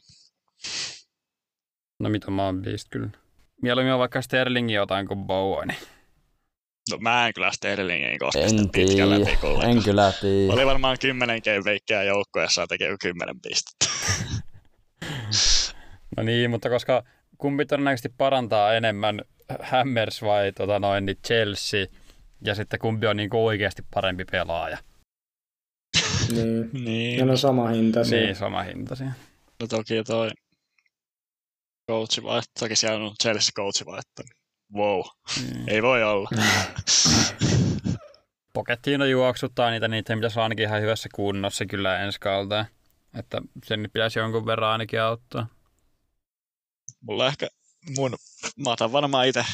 Speaker 1: No Mitoma on beast kyllä. Mieluummin on vaikka Sterlingin jotain kuin Bowen.
Speaker 4: No mä en kyllä Sterlingin koske
Speaker 2: En
Speaker 4: sitä pitkällä
Speaker 2: tiedä.
Speaker 4: pikulla.
Speaker 2: En kyllä tiedä.
Speaker 4: Oli varmaan kymmenen keveikkiä joukkueessa ja tekee kymmenen pistettä.
Speaker 1: No niin, mutta koska kumpi todennäköisesti parantaa enemmän Hammers vai tota noin, niin Chelsea, ja sitten kumpi on niin kuin oikeasti parempi pelaaja.
Speaker 3: Niin.
Speaker 4: Niin,
Speaker 3: Ne on sama hinta siinä.
Speaker 1: Niin, sama hinta siinä.
Speaker 4: no toki toi coachi vaihto, toki siellä on Chelsea coachi vaihto. Wow,
Speaker 1: Mm.
Speaker 4: ei voi olla.
Speaker 1: Pokettiina juoksuttaa niitä, niitä pitäisi olla ainakin ihan hyvässä kunnossa kyllä ensi kautta. Että sen nyt pitäisi jonkun verran ainakin auttaa.
Speaker 4: Mulla ehkä mun, mä otan varmaan itse,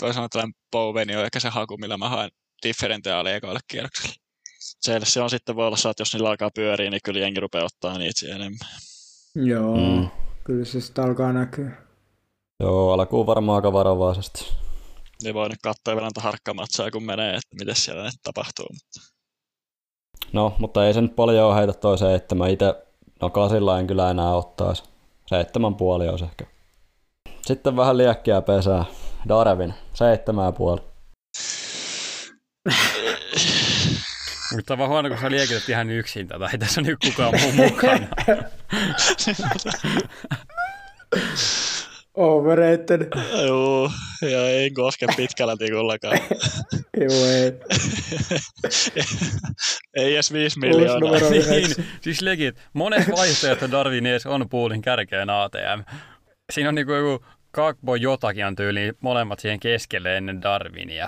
Speaker 4: toisaalta tämän Boweni on ehkä se haku, millä mä haen differentiaalia ekoille kierrokselle. Chelsea on sitten voi olla, se, että jos niillä alkaa pyöriä, niin kyllä jengi rupeaa ottaa niitä siihen enemmän.
Speaker 3: Joo,
Speaker 2: Mm.
Speaker 3: mm. kyllä se sitten alkaa näkyä.
Speaker 2: Joo, alkuun varmaan aika varovaisesti.
Speaker 4: Ne voi nyt katsoa vielä antaa harkkamatsaa, kun menee, että miten siellä nyt tapahtuu.
Speaker 2: No, mutta ei se nyt paljon heitä toi seitsemän. Itse, no kasilla en kyllä enää ottaisi. Seitsemän puoli olisi ehkä. Sitten vähän liekkiä pesää. Darwin, seitsemän ja puoli.
Speaker 1: Mutta on vaan huono, kun sä liekität ihan yksin tätä. Ei tässä nyt kukaan muu mukana.
Speaker 3: Overrated.
Speaker 4: Joo, ja en koske pitkällä tikullakaan.
Speaker 3: Joo, ei.
Speaker 4: Ei edes 5
Speaker 3: Uusi
Speaker 4: miljoonaa.
Speaker 3: numero
Speaker 1: niin,
Speaker 3: yhdeksän.
Speaker 1: siis legit. Monet vaihtoehto Darwin edes on puulin kärkeen ATM. Siinä on niinku joku Kakbo jotakin on tyyli molemmat siihen keskelle ennen Darwinia.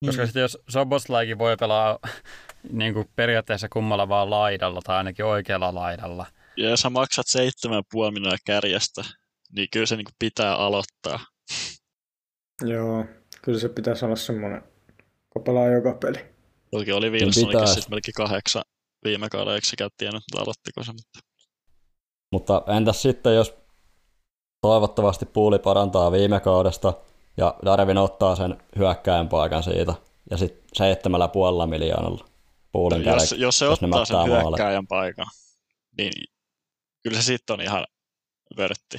Speaker 2: Mm.
Speaker 1: Koska sitten jos Soboslaikin voi pelaa niin kuin periaatteessa kummalla vaan laidalla tai ainakin oikealla laidalla.
Speaker 4: Ja jos sä maksat 7,5 miljoonaa kärjestä, niin kyllä se niinku pitää aloittaa.
Speaker 3: Joo, kyllä se pitäisi olla semmoinen, kun pelaa joka peli.
Speaker 4: Toki oli
Speaker 2: pitää.
Speaker 4: Wilsonikin siis melkein kahdeksan viime kaudella, eikö sekään tiennyt, että aloittiko se. Mutta...
Speaker 2: Mutta entäs sitten, jos toivottavasti puuli parantaa viime kaudesta ja Darwin ottaa sen hyökkäin paikan siitä ja sitten seitsemällä puolella miljoonalla puulin
Speaker 4: No Jos,
Speaker 2: kärki.
Speaker 4: jos se
Speaker 2: jos ne
Speaker 4: ottaa sen
Speaker 2: mättää maaleja.
Speaker 4: hyökkääjän paikan, niin kyllä se sitten on ihan vörtti.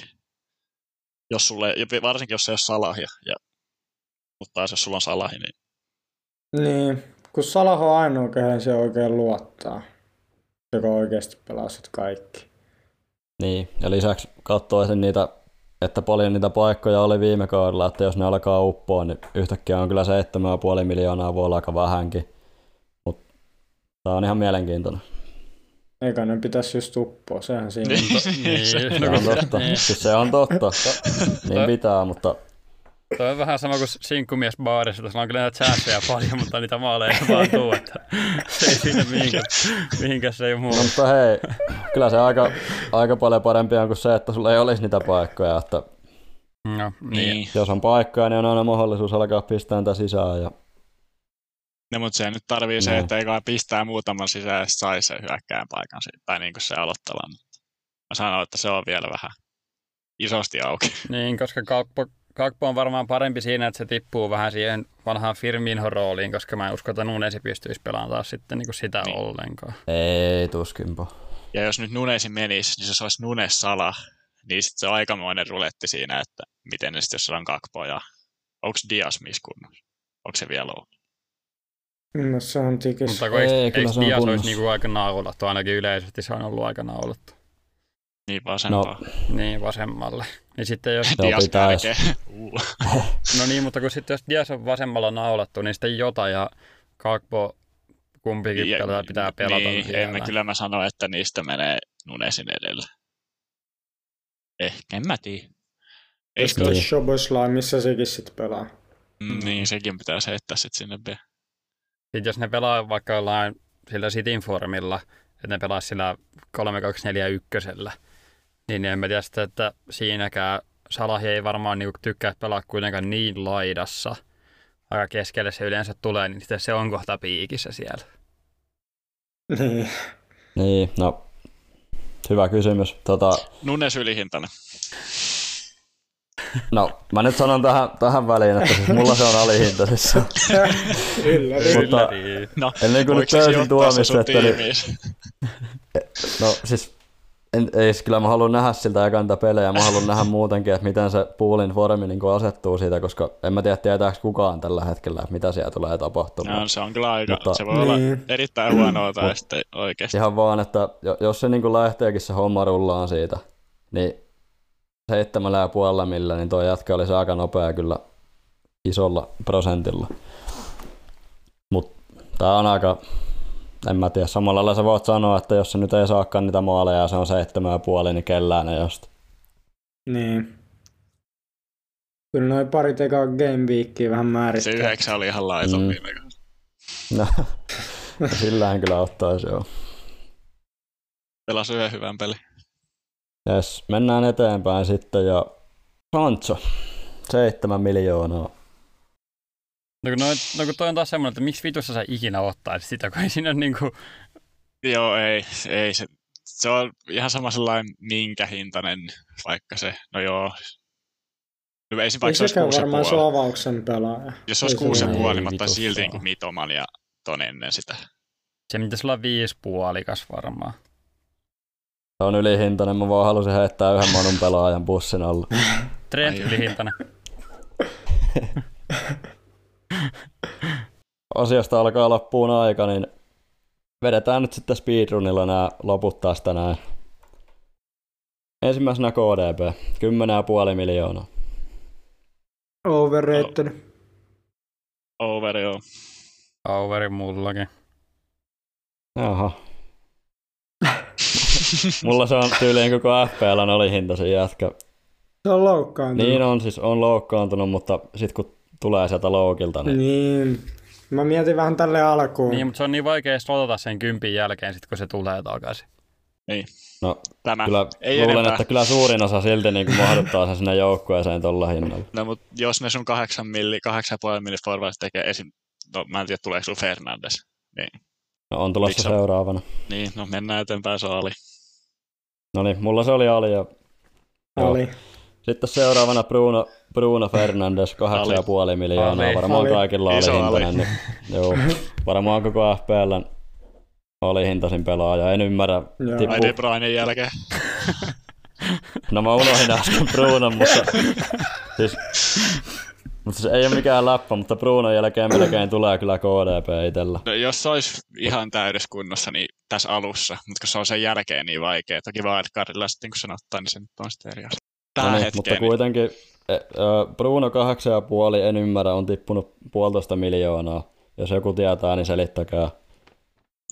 Speaker 4: Jos sulle, ja varsinkin jos se ei ole salahia, ja, mutta taas jos sulla on salahi, niin
Speaker 3: Niin, kun Salah on ainoa, kehen se oikein luottaa. Joka oikeasti pelaa sit kaikki.
Speaker 2: Niin, ja lisäksi katsoisin niitä, että paljon niitä paikkoja oli viime kaudella, että jos ne alkaa uppoa, niin yhtäkkiä on kyllä 7,5 miljoonaa, voi olla aika vähänkin. Mutta tämä on ihan mielenkiintoinen.
Speaker 3: Eikä ne pitäisi just uppoa, sehän siinä.
Speaker 4: Niin.
Speaker 1: Niin,
Speaker 2: Se
Speaker 1: no,
Speaker 2: on
Speaker 1: kun-
Speaker 2: totta.
Speaker 1: niin.
Speaker 2: Siis se on totta. Niin pitää, mutta
Speaker 1: Toi on vähän sama kuin sinkkumies baarissa, että sillä on kyllä näitä chanceja paljon, mutta niitä maaleja ei vaan tuu, että se ei siinä mihinkä, mihinkä se ei muu.
Speaker 2: No, mutta hei, kyllä se aika, aika paljon parempi on kuin se, että sulla ei olisi niitä paikkoja. Että
Speaker 1: No, niin.
Speaker 4: niin.
Speaker 2: jos on paikkoja, niin on aina mahdollisuus alkaa pistää niitä sisään. Ja...
Speaker 4: No, mutta se nyt tarvii se,
Speaker 2: No.
Speaker 4: että ei kai pistää muutaman sisään, ja sai sen hyökkään paikan siitä, tai niin kuin se aloittavan. Mutta mä sanoin, että se on vielä vähän isosti auki.
Speaker 1: niin, koska Kakpo, Kakpo, on varmaan parempi siinä, että se tippuu vähän siihen vanhaan Firminhon rooliin, koska mä en usko, että Nunes pystyisi pelaamaan taas sitten niin kuin sitä
Speaker 4: Niin.
Speaker 1: niin. ollenkaan.
Speaker 2: Siis Ei, tuskinpa.
Speaker 4: Ja jos nyt Nunesi menisi, niin se olisi Nunes sala, niin sitten se on aikamoinen ruletti siinä, että miten ne sitten, jos on kakpo ja onko Dias miskunnossa? Onko se vielä ollut?
Speaker 3: No se on tikis.
Speaker 1: Mutta kun
Speaker 2: Ei,
Speaker 1: eikö,
Speaker 2: kyllä
Speaker 1: eikö
Speaker 2: se on
Speaker 1: Dias
Speaker 2: kunnossa.
Speaker 1: olisi niin kuin aika naulattu, ainakin yleisesti se on ollut aika naulattu.
Speaker 4: Niin vasempaa. No,
Speaker 1: Niin, vasemmalle. Niin sitten jos,
Speaker 2: Joo,
Speaker 4: Dias
Speaker 2: pitäis.
Speaker 4: kärkeen. Uu.
Speaker 1: no niin, mutta kun sitten jos Dias on vasemmalla naulattu, niin sitten Jota ja Kakpo kumpikin
Speaker 4: Ja-
Speaker 1: pelata, pitää pelata.
Speaker 4: Niin,
Speaker 1: siellä.
Speaker 4: en mä, kyllä mä sano, että niistä menee Nunesin edellä. Ehkä, en mä tiedä. Ei
Speaker 3: Jos tuossa Shoboslai, missä sekin sit pelaa.
Speaker 4: Mm, niin, sekin pitäisi heittää sitten sinne B.
Speaker 1: Sitten jos ne pelaa vaikka jollain sillä sitin formilla, että ne pelaa sillä 3241, niin en mä tiedä sitä, että siinäkään Salahi ei varmaan niinku tykkää pelaa kuitenkaan niin laidassa. Aika keskelle se yleensä tulee, niin sitten se on kohta piikissä siellä.
Speaker 3: Niin.
Speaker 2: Niin, no hyvä kysymys. Tota,
Speaker 4: Nunes ylihintainen.
Speaker 2: no, mä nyt sanon tähän, tähän väliin, että siis mulla se on alihintaisissa.
Speaker 3: Kyllä.
Speaker 2: Mutta-
Speaker 1: Ylläri.
Speaker 2: En niin kuin nyt täysin tuomitse, että niin, No siis, en, ei, siis kyllä mä haluan nähdä siltä ekanta pelejä, mä haluan nähdä muutenkin, että miten se puulin formi niin asettuu siitä, koska en mä tiedä tietääks kukaan tällä hetkellä, että mitä siellä tulee tapahtumaan.
Speaker 4: No, se on kyllä aika,
Speaker 2: Mutta-
Speaker 4: se voi olla
Speaker 3: Niin.
Speaker 4: erittäin huonoa tai sitten oikeasti.
Speaker 2: Ihan vaan, että jo- jos se niin lähteekin se homma rullaan siitä, niin seitsemällä ja puolella millä, niin tuo jätkä oli aika nopea kyllä isolla prosentilla. Tämä on aika, en mä tiedä, samalla lailla sä voit sanoa, että jos se nyt ei saakaan niitä maaleja ja se on seitsemän ja puoli, niin kellään ei osta.
Speaker 3: Niin. Kyllä noin pari tekaa game weekia vähän
Speaker 4: Se
Speaker 3: määrittää.
Speaker 4: yhdeksän oli ihan laiton
Speaker 2: Mm.
Speaker 4: mm. viime kaudella.
Speaker 2: No, sillähän kyllä ottaisi joo.
Speaker 4: Pelasi yhden hyvän pelin.
Speaker 2: Yes, mennään eteenpäin sitten ja Sancho, seitsemän miljoonaa.
Speaker 1: No kun, noin, no kun toi on taas semmoinen, että miksi vitussa sä ikinä ottaisit sitä, kun ei siinä niinku...
Speaker 4: Joo, ei, ei se, se on ihan sama sellainen minkä hintainen, vaikka se, no joo. No ei se
Speaker 3: Ei
Speaker 4: vaikka se olisi
Speaker 3: sekään
Speaker 4: kuusi ja
Speaker 3: varmaan se
Speaker 4: puoli.
Speaker 3: avauksen pelaaja.
Speaker 4: Jos se olisi
Speaker 3: ei se
Speaker 4: kuusi ja
Speaker 3: ole.
Speaker 4: puoli,
Speaker 2: Ei
Speaker 4: mä ottaisin
Speaker 2: vitussa.
Speaker 4: silti niin kuin mitoman ja ton ennen sitä.
Speaker 1: Se pitäisi olla viisi puolikas varmaan.
Speaker 2: Se on ylihintainen, mä vaan halusin heittää yhden manun pelaajan bussin alla.
Speaker 1: Trent
Speaker 4: Ai
Speaker 1: ylihintainen.
Speaker 2: Asiasta alkaa loppuun aika, niin vedetään nyt sitten speedrunilla nämä loput tästä näin. Ensimmäisenä KDP, 10,5 miljoonaa.
Speaker 3: Overrated.
Speaker 4: Over, joo.
Speaker 1: Overi mullakin.
Speaker 2: Jaha. Mulla se on tyyliin koko FPL on oli hintaisen jätkä.
Speaker 3: Se on loukkaantunut.
Speaker 2: Niin on, siis on loukkaantunut, mutta sit kun tulee sieltä loukilta, niin
Speaker 3: Niin. Mä mietin vähän tälle alkuun.
Speaker 1: Niin, mutta se on niin vaikea slotata sen kympin jälkeen, sit kun se tulee takaisin.
Speaker 4: Tämä.
Speaker 2: kyllä
Speaker 4: Ei
Speaker 2: luulen,
Speaker 4: enempää.
Speaker 2: että kyllä suurin osa silti niin mahduttaa sen sinne joukkueeseen tuolla hinnalla.
Speaker 4: No, mutta jos ne sun kahdeksan milli, kahdeksan ja puoli milli forwards tekee esim. No, mä en tiedä, tuleeko sun Fernandes.
Speaker 2: No, on tulossa
Speaker 4: Miksi on-
Speaker 2: seuraavana.
Speaker 4: Niin, no mennään eteenpäin, se oli.
Speaker 2: No niin, mulla se oli Ali ja
Speaker 3: Oli.
Speaker 2: Sitten seuraavana Bruno, Bruno Fernandes, 8,5 miljoonaa.
Speaker 1: Ali.
Speaker 2: Varmaan
Speaker 3: Ali.
Speaker 2: kaikilla oli
Speaker 4: Iso Ali.
Speaker 2: hintainen. Niin, joo. Varmaan koko FPLn oli hintasin pelaaja. En ymmärrä.
Speaker 3: Joo.
Speaker 2: Tippu.
Speaker 4: Ai De Bruynen jälkeen.
Speaker 2: No mä unohdin äsken Brunon, mutta... Siis, mutta se ei ole mikään läppä, mutta Brunon jälkeen melkein tulee kyllä KDP itellä.
Speaker 4: No, jos se olisi ihan täydessä kunnossa, niin tässä alussa, mutta kun se on sen jälkeen niin vaikea. Toki wildcardilla sitten, kun sen ottaa, niin se nyt on sitten eri asia. Tähän
Speaker 2: No niin,
Speaker 4: hetkeen,
Speaker 2: mutta
Speaker 4: niin
Speaker 2: kuitenkin e, ö, Bruno 8,5, en ymmärrä, on tippunut puolitoista miljoonaa. Jos joku tietää, niin selittäkää.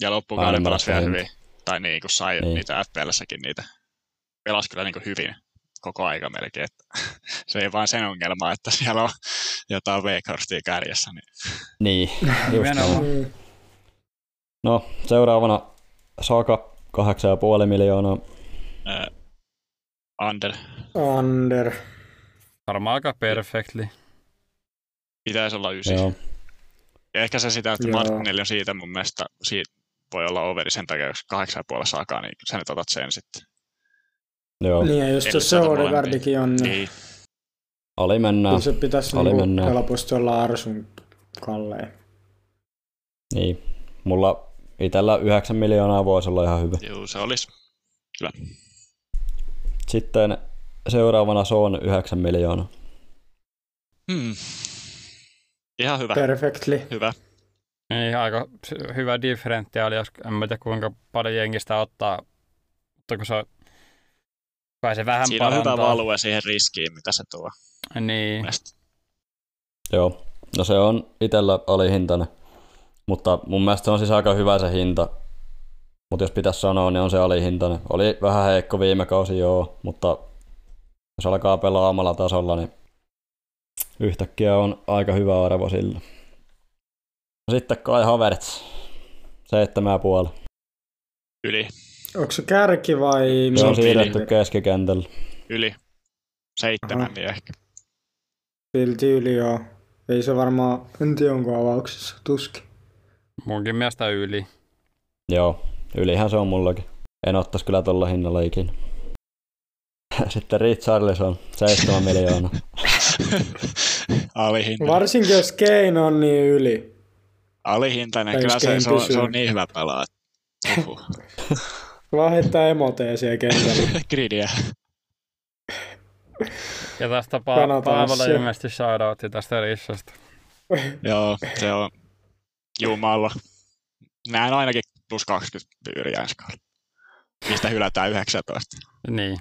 Speaker 4: ja loppukauden
Speaker 2: Aina
Speaker 4: pelasi vielä
Speaker 2: parasta
Speaker 4: hyvin. Tai niin, kun sai
Speaker 2: Ah, Niin.
Speaker 4: niin. niitä FPLssäkin niitä. Pelasi kyllä niin kuin hyvin koko aika melkein. Että se ei vaan sen ongelma, että siellä on jotain V-korttia kärjessä. Niin
Speaker 2: Niin, just
Speaker 1: Nimenomaan.
Speaker 2: näin.
Speaker 3: Mm.
Speaker 2: No, seuraavana Saka, 8,5 miljoonaa.
Speaker 4: Äh, under
Speaker 3: Under.
Speaker 1: Varmaan aika perfectly.
Speaker 4: pitäisi olla ysi.
Speaker 2: Joo.
Speaker 4: Ehkä se sitä, että
Speaker 3: Joo.
Speaker 4: Martinelli on siitä mun mielestä, siitä voi olla overi sen takia, jos kahdeksan ja puolella saakaan, niin sä nyt otat sen sitten.
Speaker 2: Joo,
Speaker 3: Niin, ja just
Speaker 4: Ei
Speaker 3: jos se
Speaker 4: saata
Speaker 3: Odegaardikin on, niin
Speaker 4: Niin.
Speaker 2: oli
Speaker 3: kyllä
Speaker 2: mennään.
Speaker 3: se pitäisi
Speaker 2: Oli
Speaker 3: niinku
Speaker 2: mennään.
Speaker 3: helposti olla Arsun kallein.
Speaker 2: Niin. Mulla itellä 9 miljoonaa voisi olla ihan hyvä.
Speaker 4: Joo, se olisi. Kyllä.
Speaker 2: Sitten seuraavana Son 9 miljoonaa.
Speaker 4: Hmm. Ihan hyvä.
Speaker 3: Perfectly.
Speaker 4: Hyvä.
Speaker 1: Niin, aika sy- hyvä differentti oli, jos en mä tiedä kuinka paljon jengistä ottaa, mutta kun se on, kai se vähän
Speaker 4: Siinä on
Speaker 1: parantaa.
Speaker 4: hyvä value siihen riskiin, mitä se tuo.
Speaker 1: Niin,
Speaker 4: Mielestäni.
Speaker 2: Joo. No se on itellä oli hintainen. Mutta mun mielestä se on siis aika hyvä se hinta. Mutta jos pitäisi sanoa, niin on se alihintainen. Oli vähän heikko viime kausi, joo, mutta jos alkaa pelaa omalla tasolla, niin yhtäkkiä on aika hyvä arvo sillä. No Sitten Kai Havertz, seitsemän ja puoli.
Speaker 4: Yli.
Speaker 3: Onko se kärki vai...
Speaker 2: Se on
Speaker 4: Sopii
Speaker 2: siirretty keskikentällä.
Speaker 4: Yli.
Speaker 3: Aha.
Speaker 4: Seitsemän niin ehkä.
Speaker 3: Silti yli joo. Ei se varmaan, en tiedä onko avauksessa, tuskin.
Speaker 1: munkin mielestä yli.
Speaker 2: Joo, ylihän se on mullakin. En ottaisi kyllä tuolla hinnalla ikinä. Sitten Richarlison, 7 miljoonaa.
Speaker 4: Alihintainen. Var...
Speaker 3: Varsinkin jos Kane on niin yli.
Speaker 4: Alihintainen.
Speaker 3: Tai
Speaker 4: Kyllä
Speaker 3: jos
Speaker 4: se,
Speaker 3: Kane
Speaker 4: se, on,
Speaker 3: pysyy.
Speaker 4: se on niin hyvä pelaa. Uhuh.
Speaker 3: Lahittaa emoteja siellä kentällä.
Speaker 4: Gridiä.
Speaker 1: Ja tästä pa-
Speaker 3: Kannataan
Speaker 1: Paavolle
Speaker 3: se.
Speaker 1: ilmeisesti shoutoutti tästä Rissasta.
Speaker 4: Joo, se on jumala. Näin ainakin plus 20 pyyriä ensi kaudella. Mistä hylätään 19.
Speaker 1: Niin.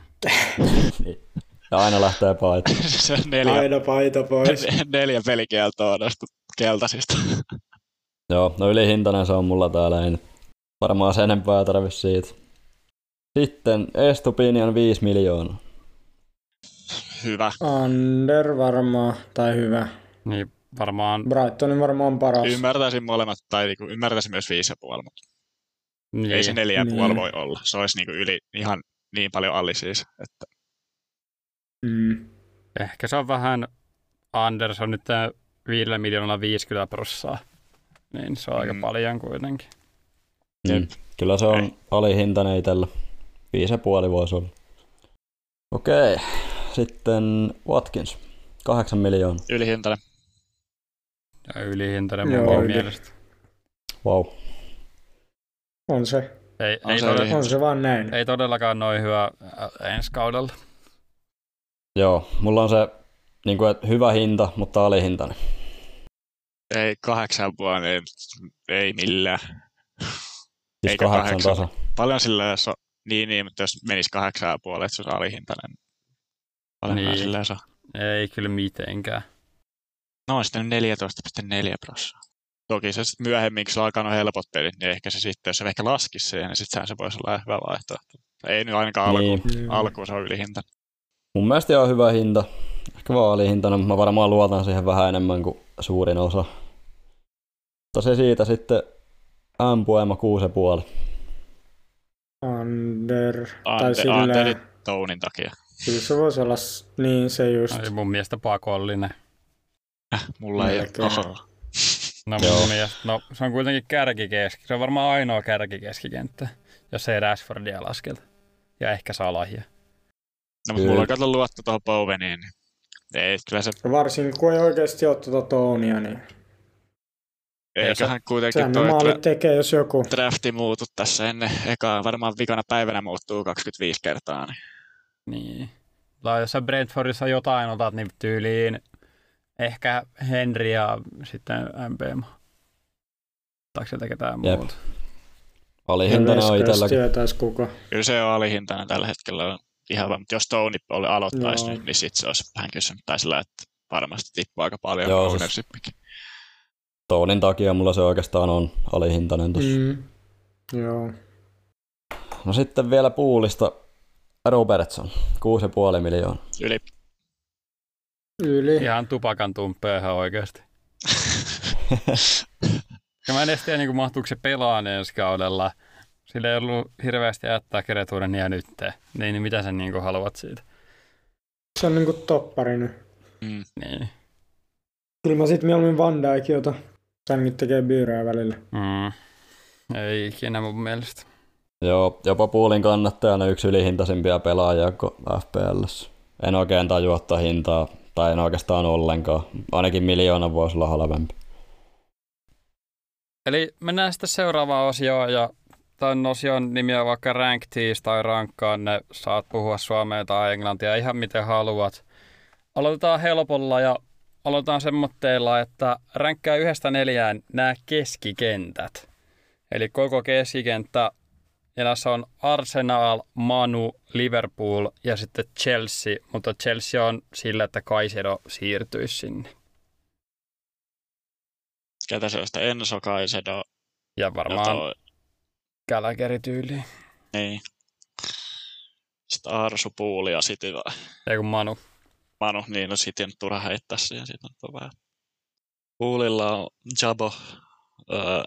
Speaker 2: Ja aina lähtee paita.
Speaker 4: se on neljä,
Speaker 3: no Aina paita pois.
Speaker 4: neljä pelikieltoa noista keltaisista.
Speaker 2: Joo, no ylihintainen se on mulla täällä, ei nyt varmaan sen enempää tarvi siitä. Sitten Estupinian 5 miljoonaa.
Speaker 4: Hyvä.
Speaker 3: Under varmaan, tai hyvä.
Speaker 1: Niin varmaan,
Speaker 3: Brightonin varmaan on paras.
Speaker 4: Ymmärtäisin molemmat, tai niinku, ymmärtäisin myös viisi ja puoli, mutta
Speaker 1: niin,
Speaker 4: ei se neljä ja puoli
Speaker 3: Niin.
Speaker 4: voi olla. Se olisi niinku yli, ihan niin paljon alli siis. Että
Speaker 3: Mm.
Speaker 1: ehkä se on vähän Anderson nyt tää viidellä miljoonalla 50 prossaa. Niin se on aika
Speaker 4: Mm.
Speaker 1: paljon kuitenkin.
Speaker 2: Mm.
Speaker 4: Jep.
Speaker 2: Kyllä se on
Speaker 4: Ei.
Speaker 2: alihintainen itellä. Viisi ja puoli voisi olla. Okei, sitten Watkins. Kahdeksan miljoonaa.
Speaker 4: ylihintainen.
Speaker 1: Ja ylihintainen
Speaker 3: Joo,
Speaker 1: mun
Speaker 3: yli.
Speaker 1: mielestä.
Speaker 2: Wow.
Speaker 3: On se.
Speaker 1: Ei,
Speaker 4: On
Speaker 1: ei,
Speaker 4: se
Speaker 1: todella,
Speaker 4: yli.
Speaker 3: On se vaan näin.
Speaker 1: ei todellakaan noin hyvä äh, ensi kaudella.
Speaker 2: Joo, mulla on se niin kuin, että hyvä hinta, mutta alihintainen.
Speaker 4: Ei kahdeksan puoli, ei, ei millään.
Speaker 2: Siis
Speaker 4: Eikä
Speaker 2: kahdeksan
Speaker 4: kahdeksan.
Speaker 2: tasa.
Speaker 4: Paljon sillä, jos on, niin, niin, mutta jos menisi kahdeksan ja puoli, että se olisi alihintainen. Paljon
Speaker 1: Niin.
Speaker 4: niin. sillä saa.
Speaker 1: Ei kyllä mitenkään.
Speaker 4: No on sitten 14,4 prosenttia. Toki se sitten myöhemmin, kun se on alkanut helpot pelit, niin ehkä se sitten, jos se ehkä laskisi siihen, niin sittenhän se voisi olla hyvä vaihtoehto. Ei nyt ainakaan alkuun.
Speaker 2: Niin.
Speaker 3: Mm.
Speaker 4: Alkuun se on ylihinta.
Speaker 2: Mun mielestä ihan hyvä hinta. Ehkä vaan alihintainen, mutta mä varmaan luotan siihen vähän enemmän kuin suurin osa. Mutta se siitä sitten ampuema kuusi ja puoli.
Speaker 3: Under. Tai
Speaker 4: Ante, Anteli
Speaker 3: sillä...
Speaker 4: Tounin takia.
Speaker 3: Kyllä se voisi olla... s- Niin se just.
Speaker 1: Ei mun mielestä pakollinen.
Speaker 4: Mulla ei
Speaker 3: Melkein.
Speaker 4: ole.
Speaker 1: No,
Speaker 2: Joo.
Speaker 1: mun mielestä, no se on kuitenkin kärkikeski. Se on varmaan ainoa kärkikeskikenttä, jos ei Rashfordia lasketa. Ja ehkä Salahia.
Speaker 4: No, mutta mulla on kato luotto tuohon Boweniin. niin Ei, kyllä se,
Speaker 3: Varsinkin kun ei oikeasti ole tuota Tonia, niin
Speaker 4: eiköhän kuitenkin
Speaker 3: sehän ne
Speaker 4: toi
Speaker 3: maalit
Speaker 4: tra-
Speaker 3: tekee, jos joku.
Speaker 4: drafti muutu tässä ennen ekaa. Varmaan vikana päivänä muuttuu 25 kertaa. Niin.
Speaker 1: Niin. Tai jos sä Brentfordissa jotain otat, niin tyyliin ehkä Henry ja sitten MPM. Ottaako sieltä ketään
Speaker 2: Jep.
Speaker 1: muuta?
Speaker 2: Alihintainen on itselläkin.
Speaker 3: tietäis kuka.
Speaker 4: Kyllä se on alihintainen tällä hetkellä. on Ihan vaan, mutta jos Tony oli aloittaisi
Speaker 3: Joo.
Speaker 4: nyt, niin sit se olisi vähän kysymys. Tai sillä, että varmasti tippuu aika paljon
Speaker 2: Joo,
Speaker 4: Joo,
Speaker 2: siis-
Speaker 4: ownershipikin.
Speaker 2: Toonin takia mulla se oikeastaan on alihintainen tossa.
Speaker 3: Mm. Joo.
Speaker 2: No sitten vielä puulista Robertson, 6,5 miljoonaa.
Speaker 4: Yli.
Speaker 3: Yli.
Speaker 1: Ihan tupakan tumppeehan oikeasti. Ja mä en edes tiedä, niin mahtuuko se pelaan ensi kaudella. Sillä ei ollut hirveästi jättää keretuurenia nyt. Niin, niin mitä sä niin haluat siitä?
Speaker 3: Se on niinku toppari nyt.
Speaker 4: Mm.
Speaker 1: Niin.
Speaker 3: Kyllä mä sit mieluummin Van Dijk jota. Tämänkin tekee byyrää välillä.
Speaker 1: Mm. Ei ikinä mun mielestä.
Speaker 2: Joo, jopa puulin kannattajana yksi ylihintaisimpia pelaajia kuin FPLs. En oikein tajua ottaa hintaa, tai en oikeastaan ollenkaan. Ainakin miljoona voisi olla halvempi.
Speaker 1: Eli mennään sitten seuraavaan osioon ja tämän osion nimi on vaikka Rank Tease tai Rankkaan, ne saat puhua suomea tai englantia ihan miten haluat. Aloitetaan helpolla ja aloitetaan semmoitteilla, että ränkkää yhdestä neljään nämä keskikentät. Eli koko keskikenttä, ja näissä on Arsenal, Manu, Liverpool ja sitten Chelsea, mutta Chelsea on sillä, että Kaisedo siirtyisi sinne.
Speaker 4: Ketä se on sitä Enso Kaisedo?
Speaker 1: Ja varmaan
Speaker 4: Jotain.
Speaker 1: Gallagher tyyliin.
Speaker 4: Niin. Sitten Arsu Puuli ja City vai?
Speaker 1: Ei kun Manu.
Speaker 4: Manu, niin no City on turha heittää siihen. Siitä on tuo vähän. Puulilla on Jabo, öö,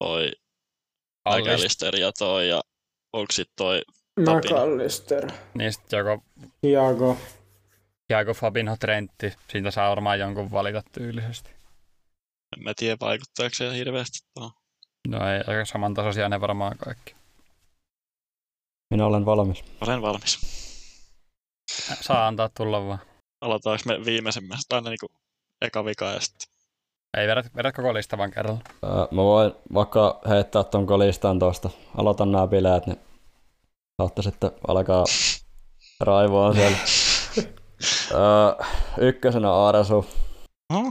Speaker 4: oi,
Speaker 1: Allis.
Speaker 4: Allister ja toi ja onko sit toi Tapin.
Speaker 3: McAllister.
Speaker 1: Niin sitten joko
Speaker 3: Iago.
Speaker 1: Jaako Fabinho Trentti, siitä saa varmaan jonkun valita tyylisesti.
Speaker 4: En mä tiedä, vaikuttaako se hirveästi tuohon.
Speaker 1: No ei, aika samantasoisia ne varmaan kaikki.
Speaker 2: Minä olen valmis.
Speaker 4: Olen valmis.
Speaker 1: Saa antaa tulla vaan.
Speaker 4: Aloitaanko me viimeisimmästä aina niinku eka vika ja sitten.
Speaker 1: Ei vedä, vedä koko lista vaan kerralla.
Speaker 2: Ää, Mä voin vaikka heittää ton listan tosta. Aloitan nämä bileet, niin saatte sitten alkaa raivoa siellä. Ää, Ykkösenä Arsu,
Speaker 4: No,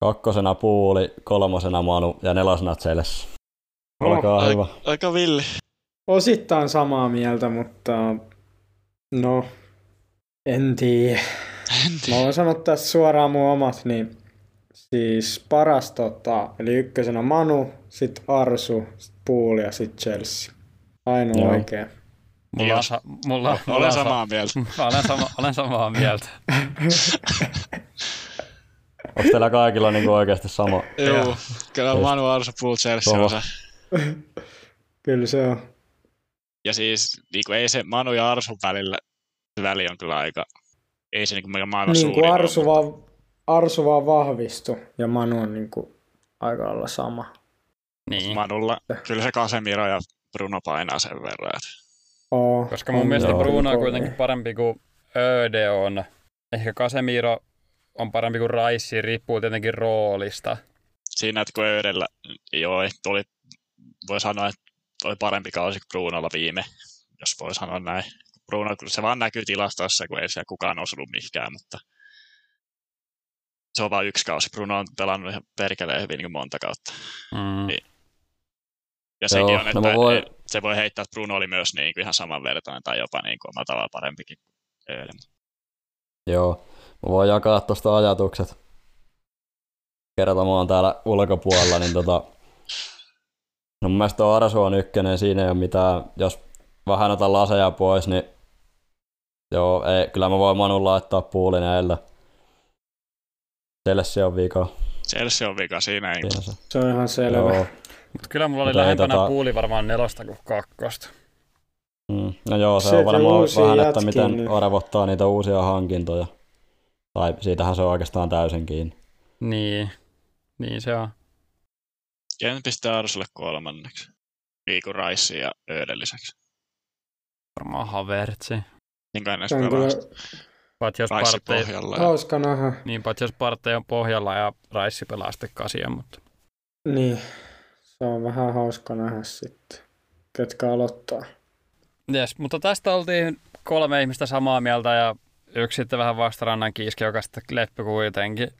Speaker 2: kakkosena Puuli, kolmosena Manu ja nelosena Chelsea. Olkaa
Speaker 4: ai-
Speaker 2: hyvä.
Speaker 4: No, aika villi.
Speaker 3: Osittain samaa mieltä, mutta no, en tiedä.
Speaker 4: En tiedä.
Speaker 3: Mä voin sanoa tässä suoraan mun omat, niin Siis paras tota, eli ykkösenä Manu, sit Arsu, sit Pool ja sit Chelsea. Ainoa
Speaker 2: Joo.
Speaker 3: oikein.
Speaker 1: Mulla on,
Speaker 4: Jos.
Speaker 1: sa- mulla, mulla
Speaker 4: Olen
Speaker 1: on
Speaker 4: samaa mieltä.
Speaker 1: Sa- olen, sama, olen samaa mieltä.
Speaker 2: Onko teillä kaikilla niin oikeasti sama?
Speaker 4: Joo, kyllä Manu Arsa Pool Chelsea
Speaker 2: Kova.
Speaker 4: on se.
Speaker 3: Kyllä se on.
Speaker 4: Ja siis niin kuin ei se Manu ja Arsun välillä, se väli on kyllä aika, ei se niin kuin maailman
Speaker 3: Niin
Speaker 4: suurin
Speaker 3: kuin
Speaker 4: ole,
Speaker 3: Arsu vaan, Arsu vaan vahvistui ja Manu on niin kuin aika olla sama.
Speaker 4: mutta
Speaker 1: Niin,
Speaker 4: Manulla, kyllä se Casemiro ja Bruno painaa sen verran. että
Speaker 3: Oo,
Speaker 1: koska mun
Speaker 3: on
Speaker 1: mielestä
Speaker 2: joo.
Speaker 1: Bruno on
Speaker 3: kovin.
Speaker 1: kuitenkin parempi kuin Öde on. Ehkä Casemiro on parempi kuin Raissi, riippuu tietenkin roolista.
Speaker 4: Siinä, että kun Öydellä, joo, että oli, voi sanoa, että oli parempi kausi kuin Brunolla viime, jos voi sanoa näin. Bruno, kyllä se vaan näkyy tilastossa, kun ei siellä kukaan osunut mihinkään, mutta se on vain yksi kausi. Bruno on pelannut ihan perkeleen hyvin niin kuin monta kautta.
Speaker 1: Mm.
Speaker 4: Ja
Speaker 2: Joo,
Speaker 4: sekin on, että
Speaker 2: no mä voin-
Speaker 4: ei- se voi heittää, että Bruno oli myös niin kuin ihan samanvertainen tai jopa niin kuin tavalla parempikin. kuin Öyle.
Speaker 2: Joo, mä voin jakaa tuosta ajatukset. Kerta mä oon täällä ulkopuolella, niin tota... No mun mielestä toi Arsu on ykkönen, siinä ei ole mitään. Jos vähän otan laseja pois, niin... Joo, ei, kyllä mä voin Manun laittaa puulin näillä. Teille se on vika.
Speaker 4: Chelsea on vika siinä. Ei.
Speaker 2: Siinä se.
Speaker 3: Se on ihan selvä.
Speaker 2: Joo.
Speaker 1: Mutta kyllä mulla oli
Speaker 2: Mutta ei
Speaker 1: lähempänä
Speaker 2: tota-
Speaker 1: puuli varmaan nelosta kuin kakkosta.
Speaker 2: Mm. No joo, se,
Speaker 3: Se,
Speaker 2: on
Speaker 3: että
Speaker 2: varmaan
Speaker 3: uusia
Speaker 2: vähän, että
Speaker 3: jätkiä,
Speaker 2: miten
Speaker 3: niin-
Speaker 2: arvottaa niitä uusia hankintoja. Tai siitähän se on oikeastaan täysin kiinni.
Speaker 1: Niin, niin se on.
Speaker 4: Ken pistää Arsulle kolmanneksi. Viikon Raissi ja Öden lisäksi.
Speaker 1: Varmaan Havertzi.
Speaker 4: Niin kai
Speaker 3: Se
Speaker 4: näistä
Speaker 3: on kyllä
Speaker 4: pelaa.
Speaker 1: Paitsi jos
Speaker 4: Raissi
Speaker 1: partei,
Speaker 4: pohjalla. ja-
Speaker 3: hauska nähdä.
Speaker 1: niin, paitsi jos partei on pohjalla ja Raissi pelaa sitten kasia, mutta
Speaker 3: Niin, se on vähän hauska nähdä sitten, ketkä aloittaa.
Speaker 1: Yes, mutta tästä oltiin kolme ihmistä samaa mieltä ja yksi sitten vähän vastarannan kiiski, joka sitten leppy kuitenkin.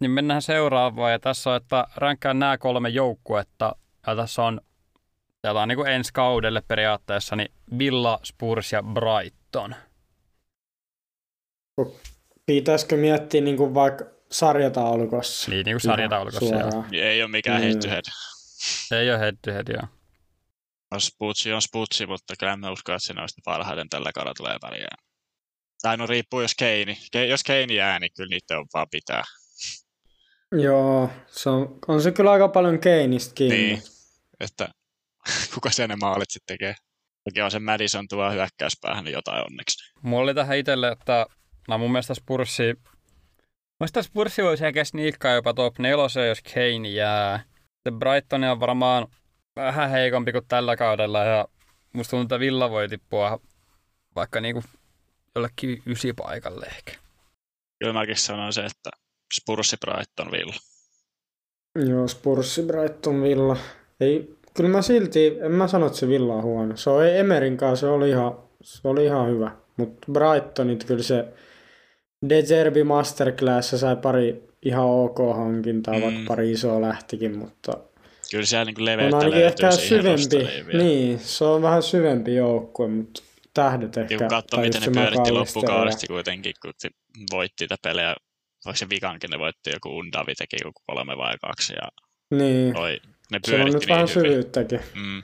Speaker 1: Niin mennään seuraavaan ja tässä on, että rankkään nämä kolme joukkuetta ja tässä on, täällä on niin kuin ensi kaudelle periaatteessa, niin Villa, Spurs ja Brighton.
Speaker 3: Pitäisikö miettiä niin kuin vaikka sarjataulukossa?
Speaker 1: Niin, niin kuin sarjataulukossa. joo.
Speaker 3: Suoraan.
Speaker 4: Ei ole mikään
Speaker 3: Mm.
Speaker 4: mm. head to head.
Speaker 1: Ei ole head to head, joo.
Speaker 4: No, Sputsi on sputsi, mutta kyllä mä uskon, että siinä on sitten parhaiten tällä kaudella tulee väliä. Tai no riippuu, jos Keini. Ke- jos Keini jää, niin kyllä niitä on vaan pitää.
Speaker 3: Joo, se on, on se kyllä aika paljon keinistä kiinni.
Speaker 4: Niin. Että kuka sen ne maalit sitten tekee. Toki on se Madison tuo hyökkäyspäähän niin jotain onneksi.
Speaker 1: Mulla oli tähän itselle, että no mun mielestä Spurssi, mun mielestä Spurssi voisi ehkä sniikkaa jopa top neloseen, jos Kane jää. Sitten Brighton on varmaan vähän heikompi kuin tällä kaudella ja musta tuntuu, että Villa voi tippua vaikka niinku jollekin ysipaikalle ehkä.
Speaker 4: Kyllä mäkin sanon se, että Spurssi Brighton Villa.
Speaker 3: Joo, Spurssi, Brighton, Villa. Ei, kyllä mä silti, en mä sano, että se Villa on huono. Se on Emerin kanssa, se oli ihan, se oli ihan hyvä. Mutta Brightonit kyllä se De Zerbi Masterclass sai pari ihan ok hankintaa,
Speaker 4: Mm.
Speaker 3: mm. vaikka pari isoa lähtikin, mutta
Speaker 4: Kyllä siellä niin
Speaker 3: on
Speaker 4: leveyttä
Speaker 3: ainakin
Speaker 4: löytyy
Speaker 3: ehkä
Speaker 4: siihen
Speaker 3: syvempi.
Speaker 4: rostariin vielä.
Speaker 3: Niin, se on vähän syvempi joukkue, mutta tähdet
Speaker 4: Ja
Speaker 3: ehkä.
Speaker 4: kun katsoo,
Speaker 3: tai
Speaker 4: miten
Speaker 3: just
Speaker 4: ne
Speaker 3: se
Speaker 4: pyöritti
Speaker 3: McAllister ja-
Speaker 4: loppukaudesta kuitenkin, kun se voitti niitä pelejä. Vaikka se vikankin ne voitti joku Undavi teki joku kolme vai kaksi. Ja
Speaker 3: Niin,
Speaker 4: toi, ne
Speaker 3: se on
Speaker 4: pyöritti
Speaker 3: nyt vähän
Speaker 4: niin hyvin.
Speaker 3: syvyyttäkin.
Speaker 4: Mm.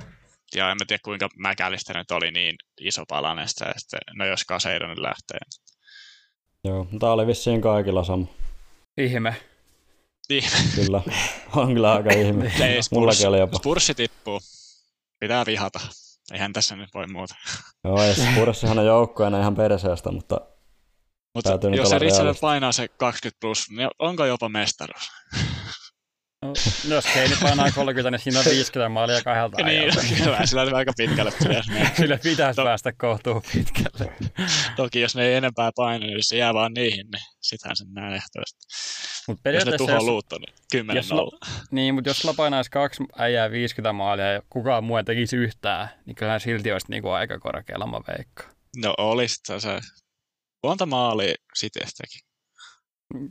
Speaker 4: Ja en mä tiedä kuinka McAllister nyt oli niin iso palanen sitä, ja sitten, no jos Kaseiro nyt lähtee.
Speaker 3: No,
Speaker 2: Joo, tää oli vissiin kaikilla sama.
Speaker 1: Ihme.
Speaker 4: Niin,
Speaker 2: Kyllä, on kyllä aika ihme.
Speaker 4: ei, Spurs,
Speaker 2: Mullakin oli jopa.
Speaker 4: Spurssi tippuu. Pitää vihata. Eihän tässä nyt voi muuta.
Speaker 2: Joo, ei, Spurssihan on joukkueena ihan perseestä, mutta
Speaker 4: Mutta
Speaker 2: Täytyy nyt
Speaker 4: jos se
Speaker 2: olla
Speaker 4: Richard
Speaker 2: realisti.
Speaker 4: painaa se 20 plus, niin onko jopa mestaruus?
Speaker 1: No, no jos Kane painaa 30, niin siinä on 50 maalia kahdelta
Speaker 4: niin,
Speaker 1: ajalta.
Speaker 4: kyllä, No. sillä on aika pitkälle pitäisi mennä.
Speaker 1: Sille pitäisi
Speaker 4: To-
Speaker 1: päästä kohtuun pitkälle.
Speaker 4: Toki jos ne ei enempää paina, niin se jää vaan niihin, niin sitähän sen näin ehtoisesti.
Speaker 1: Mut
Speaker 4: Jos ne
Speaker 1: periaatteessa
Speaker 4: tuhoaa luutta, niin 10
Speaker 1: jos la-
Speaker 4: 0.
Speaker 1: Niin, mutta jos lapainaisi kaksi äijää 50 maalia ja kukaan muu ei tekisi yhtään, niin kyllähän silti olisi niinku aika korkealla, mä veikkaan.
Speaker 4: No oli sitten se. Monta maalia sitestäkin,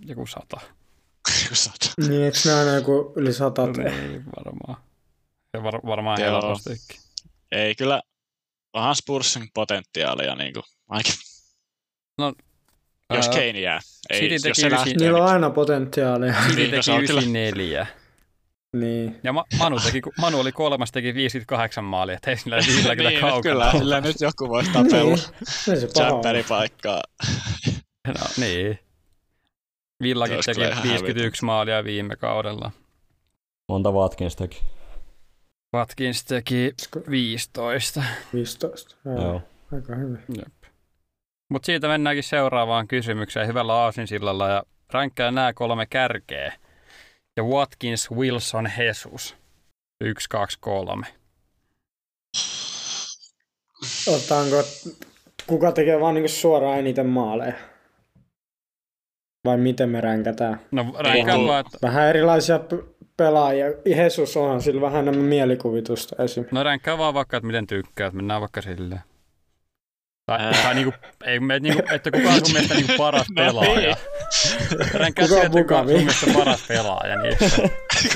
Speaker 1: Joku sata.
Speaker 4: kun sata.
Speaker 3: Niin, eikö ne aina joku yli sata tee?
Speaker 1: Niin, varmaan. Ja var, varmaan
Speaker 4: Joo.
Speaker 1: helpostikin.
Speaker 4: Ei kyllä, vähän Spursin potentiaalia niin kuin, ainakin jos
Speaker 1: Ää,
Speaker 4: Kane jää. Ei,
Speaker 1: City
Speaker 4: jos
Speaker 1: teki
Speaker 4: se lähtee.
Speaker 1: ysin-
Speaker 3: Niillä on aina potentiaalia.
Speaker 4: Niin,
Speaker 1: City
Speaker 4: no
Speaker 1: teki
Speaker 4: se on kyllä.
Speaker 1: 94.
Speaker 3: niin.
Speaker 1: Ja Ma- Manu, teki, kun Manu oli kolmas, teki 58 maalia, että ei sillä, sillä kyllä
Speaker 4: niin, nyt
Speaker 1: kaukana. Niin.
Speaker 4: kyllä, sillä nyt joku voi tapella
Speaker 3: Niin. Ei se paha ole.
Speaker 4: paikkaa.
Speaker 1: No, niin. Villakin
Speaker 4: Olisiko
Speaker 1: teki
Speaker 4: ihan
Speaker 1: 51 maalia viime kaudella.
Speaker 2: Monta Watkins teki.
Speaker 1: Watkins teki 15.
Speaker 3: 15. Joo,
Speaker 2: Joo.
Speaker 3: Aika hyvin.
Speaker 1: Mutta siitä mennäänkin seuraavaan kysymykseen hyvällä aasinsillalla ja ränkkää nämä kolme kärkeä. Ja Watkins, Wilson, Jesus. Yksi, kaksi, kolme.
Speaker 3: Otetaanko, kuka tekee vaan niinku suoraan eniten maaleja? Vai miten me ränkätään?
Speaker 1: No ränkkää
Speaker 4: Ei,
Speaker 1: vaan, että,
Speaker 3: Vähän erilaisia p- pelaajia. Jesus onhan sillä vähän enemmän mielikuvitusta esim.
Speaker 1: no ränkkää vaan vaikka, että miten tykkäät. Mennään vaikka silleen. Tai,
Speaker 4: Ää.
Speaker 1: tai niinku, ei, me, niinku, että kuka on sun mielestä niinku paras
Speaker 4: No
Speaker 1: pelaaja. Ränkkää
Speaker 3: Kuka on
Speaker 1: sieltä, että kuka on sun
Speaker 3: mukavin?
Speaker 1: mielestä paras pelaaja. Niin.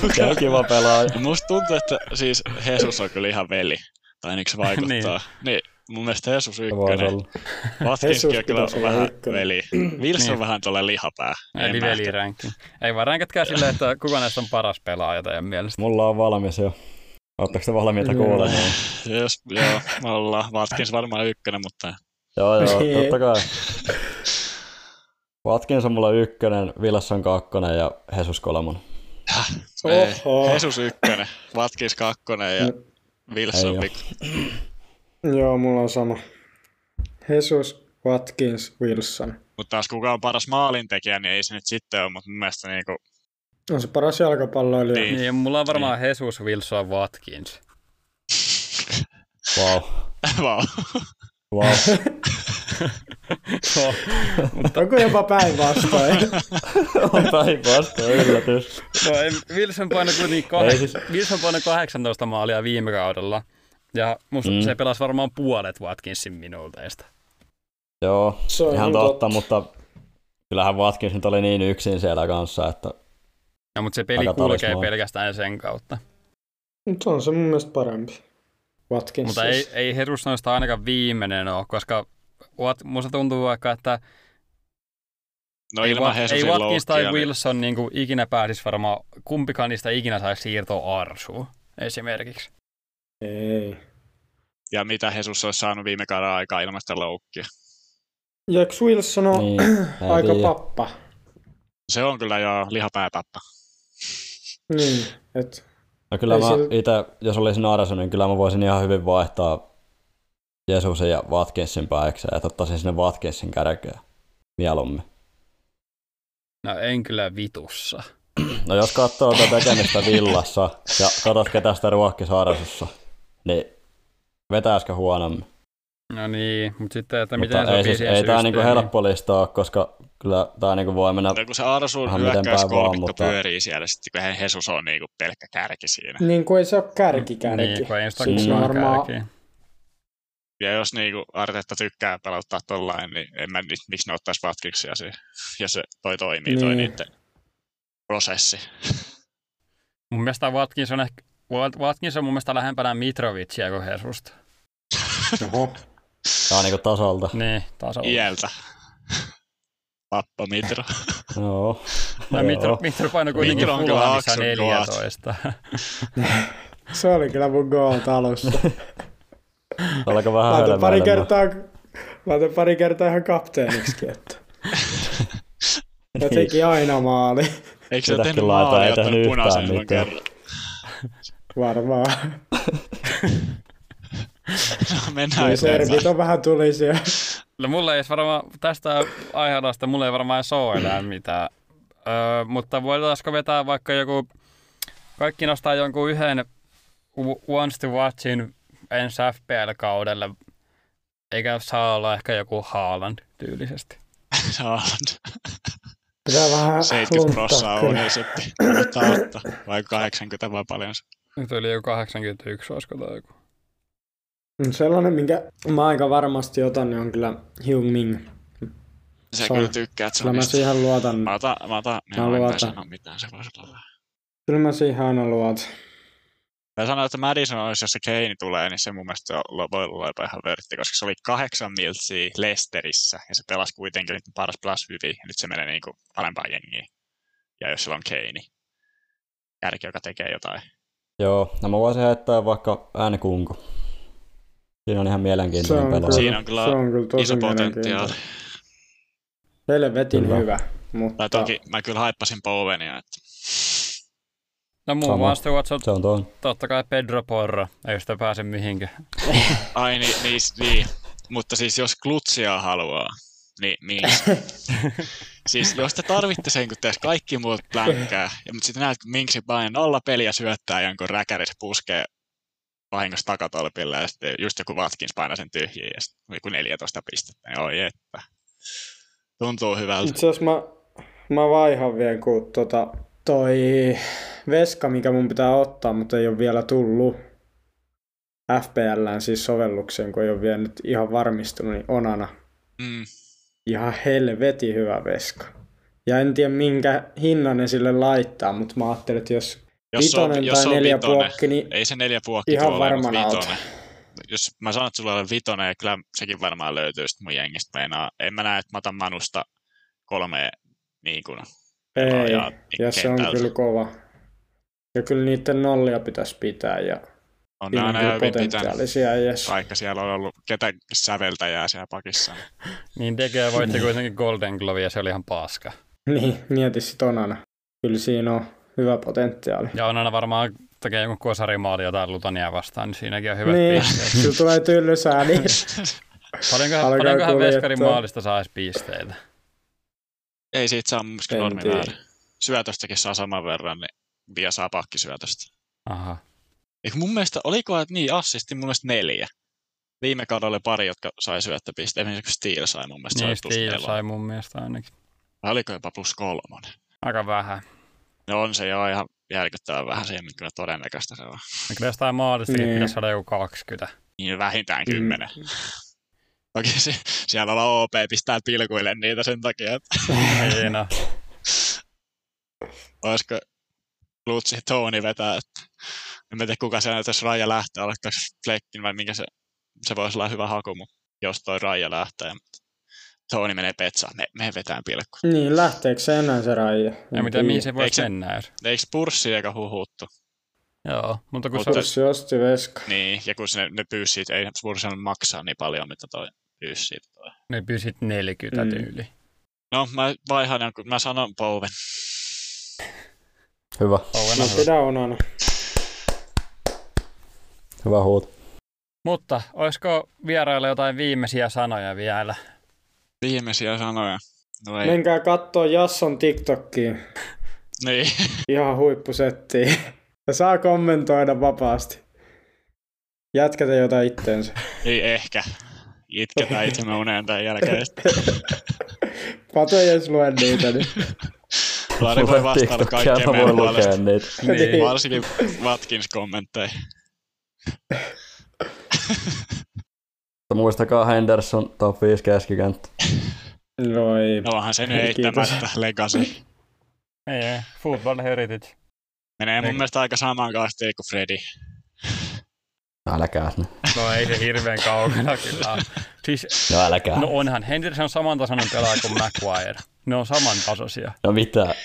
Speaker 2: Se on kiva pelaaja.
Speaker 4: Musta tuntuu, että siis Jesus on kyllä ihan veli. Tai ainakin se vaikuttaa. niin. niin. Mun mielestä Jesus
Speaker 2: Se voisi
Speaker 4: ykkönen.
Speaker 2: olla.
Speaker 4: Vatkinskin on
Speaker 3: Jesus
Speaker 4: kyllä
Speaker 3: pitäisi olla
Speaker 4: vähän
Speaker 3: ykkönen.
Speaker 4: veli. Wilson
Speaker 1: Niin.
Speaker 4: niin. vähän tuolla lihapää. En
Speaker 1: Eli
Speaker 4: mä ehkä-
Speaker 1: veliränkki. Ei vaan ränkätkää silleen, että kuka näistä on paras pelaaja teidän mielestä.
Speaker 2: Mulla on valmis jo. Oletteko te valmiita
Speaker 3: Joo.
Speaker 2: kuulemaan?
Speaker 4: Jos, joo, me ollaan. Watkins varmaan ykkönen, mutta
Speaker 2: Joo, joo,
Speaker 3: Niin.
Speaker 2: totta kai. Watkins on mulla ykkönen, Wilson kakkonen ja Jesus kolmonen.
Speaker 4: ei.
Speaker 3: Oho. Mm.
Speaker 4: Jesus ykkönen, Watkins kakkonen ja Wilson
Speaker 2: Ei oo.
Speaker 4: pikku.
Speaker 3: Joo, mulla on sama. Jesus, Watkins, Wilson.
Speaker 4: Mutta taas kuka on paras maalintekijä, niin ei se nyt sitten ole, mutta mun mielestä niinku,
Speaker 3: On se paras jalkapalloilija.
Speaker 4: Niin.
Speaker 1: Niin, mulla on varmaan Jesus, Wilson, Watkins.
Speaker 2: Wow.
Speaker 4: vau.
Speaker 2: Wow.
Speaker 1: Oh,
Speaker 3: Onko jopa päinvastoin?
Speaker 2: on päinvastoin yllätys.
Speaker 1: no, ei, Wilson painoi kuitenkin
Speaker 2: Ei
Speaker 1: kah-
Speaker 2: siis-
Speaker 1: Wilson painoi 18 maalia viime kaudella. Ja musta
Speaker 2: Mm.
Speaker 1: mm. se pelasi varmaan puolet Watkinsin minuuteista.
Speaker 2: Joo,
Speaker 3: Se on
Speaker 2: ihan
Speaker 3: kyllä
Speaker 2: totta, mutta kyllähän Watkins nyt oli niin yksin siellä kanssa, että
Speaker 1: Ja, mutta se peli
Speaker 2: Aika
Speaker 1: kulkee
Speaker 2: talismaa.
Speaker 1: pelkästään sen kautta.
Speaker 4: Siis
Speaker 3: Mutta on se mun mielestä parempi. Watkins siis.
Speaker 1: Mutta
Speaker 4: siis-
Speaker 1: ei, ei Herus noista ainakaan viimeinen ole, koska Wat, musta tuntuu vaikka, että
Speaker 4: No
Speaker 1: ei,
Speaker 4: ilman
Speaker 1: Wat, ei
Speaker 4: Jesusin
Speaker 1: Watkins tai
Speaker 4: loukkia, niin-
Speaker 1: Wilson niin kuin ikinä pääsisi varmaan, kumpikaan niistä ikinä saisi siirtoa Arsuun esimerkiksi.
Speaker 3: ei.
Speaker 4: ja mitä Jesus olisi saanut viime kauden aikaa ilman sitä loukkia.
Speaker 3: Jack Wilson on
Speaker 2: niin,
Speaker 3: niin,
Speaker 2: ei
Speaker 3: aika
Speaker 2: tiedä.
Speaker 3: pappa.
Speaker 4: Se on kyllä jo lihapääpappa.
Speaker 3: Niin, et
Speaker 2: No kyllä
Speaker 3: ei
Speaker 2: mä
Speaker 3: sillä-
Speaker 2: itse, jos olisin Arason, niin kyllä mä voisin ihan hyvin vaihtaa Jesusin ja Watkinsin pääkseen, että ottaisin sinne Watkinsin kärkeä mieluummin.
Speaker 1: No en kyllä vitussa.
Speaker 2: No jos katsoo tätä tekemistä villassa ja katsot ketä sitä ruokki sairasussa, niin vetäisikö huonommin?
Speaker 1: No niin, mutta sitten, että miten
Speaker 2: Mutta
Speaker 1: se
Speaker 2: ei,
Speaker 1: sopii
Speaker 2: siis,
Speaker 1: siihen
Speaker 2: ei tää niinku
Speaker 1: systeemiin.
Speaker 2: helppo lista ole, koska kyllä tää niinku voi mennä...
Speaker 4: No, kun se Arsun
Speaker 2: Vähän miten päin vaan,
Speaker 4: hyökkäyskolmikko
Speaker 2: mutta-
Speaker 4: mutta... pyörii siellä, sitten kun eihän Jesus on niinku pelkkä kärki siinä.
Speaker 3: niin kuin ei se ole kärki kärki.
Speaker 1: Niin, kun ei sitä
Speaker 2: Siksi
Speaker 1: kukaan
Speaker 4: Siis
Speaker 3: varmaan-
Speaker 1: kärkiä.
Speaker 4: Ja jos niinku Artetta tykkää pelottaa tollain, niin en mä, nyt- miksi ne ottaisi vatkiksia siihen. Ja se toi toimii, toi
Speaker 3: Niin.
Speaker 4: niiden prosessi.
Speaker 1: Mun mielestä Watkins on ehkä, Wat- Watkins on mun mielestä lähempänä Mitrovicia kuin Hesusta.
Speaker 3: Oho.
Speaker 2: Tää on niinku tasolta.
Speaker 1: Niin, taas on.
Speaker 4: Iältä. Pappa Mitro.
Speaker 2: Joo.
Speaker 1: No,
Speaker 2: Joo.
Speaker 1: Mitro, Mitro painoi kuitenkin
Speaker 4: Mitro on kyllä
Speaker 1: Fulamissa
Speaker 4: Axel
Speaker 1: 14.
Speaker 3: Se oli kyllä mun goal alussa.
Speaker 2: Alkaa vähän
Speaker 3: Laitan
Speaker 2: hölmöilemään.
Speaker 3: pari kertaa, laitan pari kertaa ihan kapteeniksi, että. Ja teki aina maali.
Speaker 4: Eikö se
Speaker 2: Mitäs
Speaker 4: tehnyt
Speaker 2: kyllä laitaa, ei
Speaker 4: maalia, ottanut
Speaker 2: tehnyt
Speaker 4: punaisen
Speaker 2: yhtään
Speaker 4: silloin
Speaker 2: mitään.
Speaker 4: kerran?
Speaker 3: Varmaan.
Speaker 4: No, mennään
Speaker 3: Ai,
Speaker 4: eteenpäin.
Speaker 3: servit on vähän tulisia.
Speaker 1: No mulla ei edes varmaan, tästä aihealasta mulla ei varmaan edes ole enää mitään. Öö, mutta voitaisiko vetää vaikka joku, kaikki nostaa jonkun yhden w- Once to Watchin ensi FPL-kaudelle. Eikä saa olla ehkä joku Haaland tyylisesti.
Speaker 3: Ah,
Speaker 4: Haaland.
Speaker 3: Pitää vähän
Speaker 4: 70 prossaa
Speaker 3: luntaa kyllä.
Speaker 4: on ja sitten kannattaa ottaa. Vai 80 vai paljon se.
Speaker 1: Nyt oli jo 81, olisiko tai joku.
Speaker 3: Mm, Sellainen, minkä mä aika varmasti otan, niin on kyllä Hugh Ming.
Speaker 4: Se
Speaker 3: Saa.
Speaker 4: kyllä tykkää, että se
Speaker 3: Kyllä
Speaker 4: on
Speaker 3: mä
Speaker 4: niistä.
Speaker 3: siihen luotan.
Speaker 4: Mä otan, niin mä otan,
Speaker 3: Mä
Speaker 4: mä en
Speaker 3: luotan.
Speaker 4: sano mitään, se voisi olla vähän.
Speaker 3: Kyllä mä siihen aina luotan.
Speaker 4: Mä sanoin, että Madison olisi, jos se Kane tulee, niin se mun mielestä on- voi olla jopa ihan vörtti, koska se oli kahdeksan miltsiä Lesterissä ja se pelasi kuitenkin nyt paras plus hyvin ja nyt se menee niin kuin parempaan jengiin. Ja jos sillä on Kane, niin järki, joka tekee jotain.
Speaker 2: Joo, no mä voisin heittää vaikka äänikunko. Siinä on ihan mielenkiintoinen
Speaker 3: Se
Speaker 2: pelaaja.
Speaker 3: on kyllä.
Speaker 4: Siinä on kyllä
Speaker 3: Se on kyllä tosi
Speaker 4: iso potentiaali.
Speaker 3: mielenkiintoinen. Helvetin
Speaker 2: Kyllä.
Speaker 3: hyvä. Mutta
Speaker 4: Tai toki mä kyllä haippasin Bowenia, että
Speaker 1: No muu
Speaker 2: Sama.
Speaker 1: vaan sitten katsot
Speaker 2: Se on tuon.
Speaker 1: totta kai Pedro Porra, ei sitä pääse mihinkään.
Speaker 4: ai niin, niin, niin. mutta siis jos klutsia haluaa, niin, niin. siis jos te tarvitte sen, kun teistä kaikki muut plänkkää, ja, mutta sitten näet, kun Minksi painaa nolla peliä syöttää jonkun räkärin, se puskee vahingossa takatolpille, ja sitten just joku Watkins painaa sen tyhjiin, ja sitten joku 14 pistettä, niin oi että. Tuntuu hyvältä.
Speaker 3: itse asiassa mä, mä vaihan vielä, kun tota, toi veska, mikä mun pitää ottaa, mutta ei ole vielä tullut FPLään siis sovellukseen, kun ei ole vielä nyt ihan varmistunut, niin onana.
Speaker 4: Mm.
Speaker 3: Ihan helvetin hyvä veska. Ja en tiedä minkä hinnan ne sille laittaa, mutta mä ajattelin, että jos,
Speaker 4: Jos on,
Speaker 3: vitonen
Speaker 4: jos
Speaker 3: tai
Speaker 4: on
Speaker 3: neljä
Speaker 4: vitonen,
Speaker 3: puokki, niin
Speaker 4: Ei se neljä puokki
Speaker 3: Ihan
Speaker 4: Ihan tuolla, mutta
Speaker 3: varmana oot.
Speaker 4: vitonen. Jos mä sanon, että sulla on vitonen, ja kyllä sekin varmaan löytyy sit mun jengistä. Meinaa, en mä näe, että mä otan Manusta kolme niin kuin,
Speaker 3: ei,
Speaker 4: pelaajaa
Speaker 3: ja se on
Speaker 4: kentältä.
Speaker 3: kyllä kova. Ja kyllä niiden nollia pitäisi pitää ja
Speaker 4: on
Speaker 3: siinä on
Speaker 4: aina
Speaker 3: kyllä
Speaker 4: hyvin pitänyt,
Speaker 3: potentiaalisia. Yes.
Speaker 4: vaikka siellä on ollut ketä säveltäjää siellä pakissa. niin
Speaker 1: Niin Dege voitti kuitenkin Golden Glove ja se oli ihan paska.
Speaker 3: Niin, mieti sit onana. Kyllä siinä on hyvä potentiaali.
Speaker 1: Ja on aina varmaan tekee joku kosarimaali jotain Lutonia vastaan, niin siinäkin on hyvät
Speaker 3: niin,
Speaker 1: pisteet.
Speaker 3: sillä tulee tyllysää, niin
Speaker 1: Paljonkohan,
Speaker 3: Alkaa
Speaker 1: paljonkohan
Speaker 3: kuljettaa.
Speaker 1: veskarin maalista saisi pisteitä?
Speaker 4: Ei siitä saa mun mielestä
Speaker 3: En
Speaker 4: normi
Speaker 3: tiedä.
Speaker 4: väärä. Syötöstäkin saa saman verran, niin vielä saa pakkisyötöstä.
Speaker 1: Aha.
Speaker 4: Eikö mun mielestä, oliko että niin assisti mun mielestä neljä? Viime kaudella oli pari, jotka sai syöttöpisteitä. Esimerkiksi Steel sai mun mielestä.
Speaker 1: Niin
Speaker 4: se oli plus
Speaker 1: Steel
Speaker 4: nelonen.
Speaker 1: sai mun mielestä ainakin.
Speaker 4: Vai oliko jopa plus kolmonen?
Speaker 1: Aika vähän.
Speaker 4: No on se jo ihan järkyttävän vähän siihen, mutta kyllä todennäköistä se on.
Speaker 1: Ja Kyllä jostain maalistakin
Speaker 3: Niin.
Speaker 1: pitäisi olla joku 20.
Speaker 4: Niin vähintään
Speaker 3: Mm.
Speaker 4: kymmenen. Toki se, siellä ollaan OP pistää pilkuille niitä sen takia, että
Speaker 1: Niin, no.
Speaker 4: olisiko Lutsi Tony vetää, että en mä tiedä kuka se on, että jos Raija lähtee, oliko se Fleckin vai minkä se, se voisi olla hyvä haku, mutta jos toi Raija lähtee, mutta Tony menee petsaan, me, me vetään pilkku.
Speaker 3: niin lähteekö se enää se raija?
Speaker 1: Ja mitä, mihin se
Speaker 4: Eikö
Speaker 1: voisi
Speaker 4: se-
Speaker 1: mennä? jos-
Speaker 4: Eikö Purssi eikä huhuttu?
Speaker 1: Joo, mutta kun
Speaker 4: Mutta-
Speaker 1: se
Speaker 3: Kurssi osti veska.
Speaker 4: Niin, ja kun ne, ne pyysi siitä, ei Purssi maksaa niin paljon, mitä toi pyysi siitä toi.
Speaker 1: ne pysit 40
Speaker 3: Mm.
Speaker 1: niin tyyli.
Speaker 4: No, mä vaihan jonkun, mä sanon Bowen.
Speaker 2: Hyvä,
Speaker 1: Owen
Speaker 3: No
Speaker 1: on hyvä.
Speaker 3: pidä onana.
Speaker 2: hyvä huut.
Speaker 1: Mutta olisiko vierailla jotain viimeisiä sanoja vielä?
Speaker 4: Viimeisiä sanoja. No ei.
Speaker 3: Menkää kattoo Jasson TikTokkiin.
Speaker 4: Niin.
Speaker 3: Ihan huippusettiin. Ja saa kommentoida vapaasti. Jätkätä jotain itteensä.
Speaker 4: ei niin ehkä. Itketään itsemme uneen tämän jälkeen.
Speaker 3: Pato ei edes lue niitä, niin
Speaker 4: Lari voi vastailla
Speaker 2: TikTokia,
Speaker 4: kaikkeen
Speaker 2: mä
Speaker 4: meidän
Speaker 2: voin lukea
Speaker 4: puolesta.
Speaker 2: niitä.
Speaker 1: Niin.
Speaker 4: Varsinkin Watkins-kommentteja.
Speaker 2: Mutta muistakaa Henderson top 5 keskikenttä.
Speaker 3: no ei.
Speaker 4: No onhan se nyt
Speaker 3: Ei,
Speaker 4: eittämättä legacy.
Speaker 1: Ei, ei. Football Heritage.
Speaker 4: Menee mun
Speaker 1: Ei.
Speaker 4: mielestä aika samaan kaastiin kuin Freddy. Niin
Speaker 2: No älkää ne.
Speaker 1: No ei se hirveän kaukana kyllä. ole. Siis,
Speaker 2: No älkää.
Speaker 1: no
Speaker 2: No,
Speaker 1: onhan Henderson samantasoinen pelaaja kuin Maguire. Ne on samantasoisia.
Speaker 2: mitä?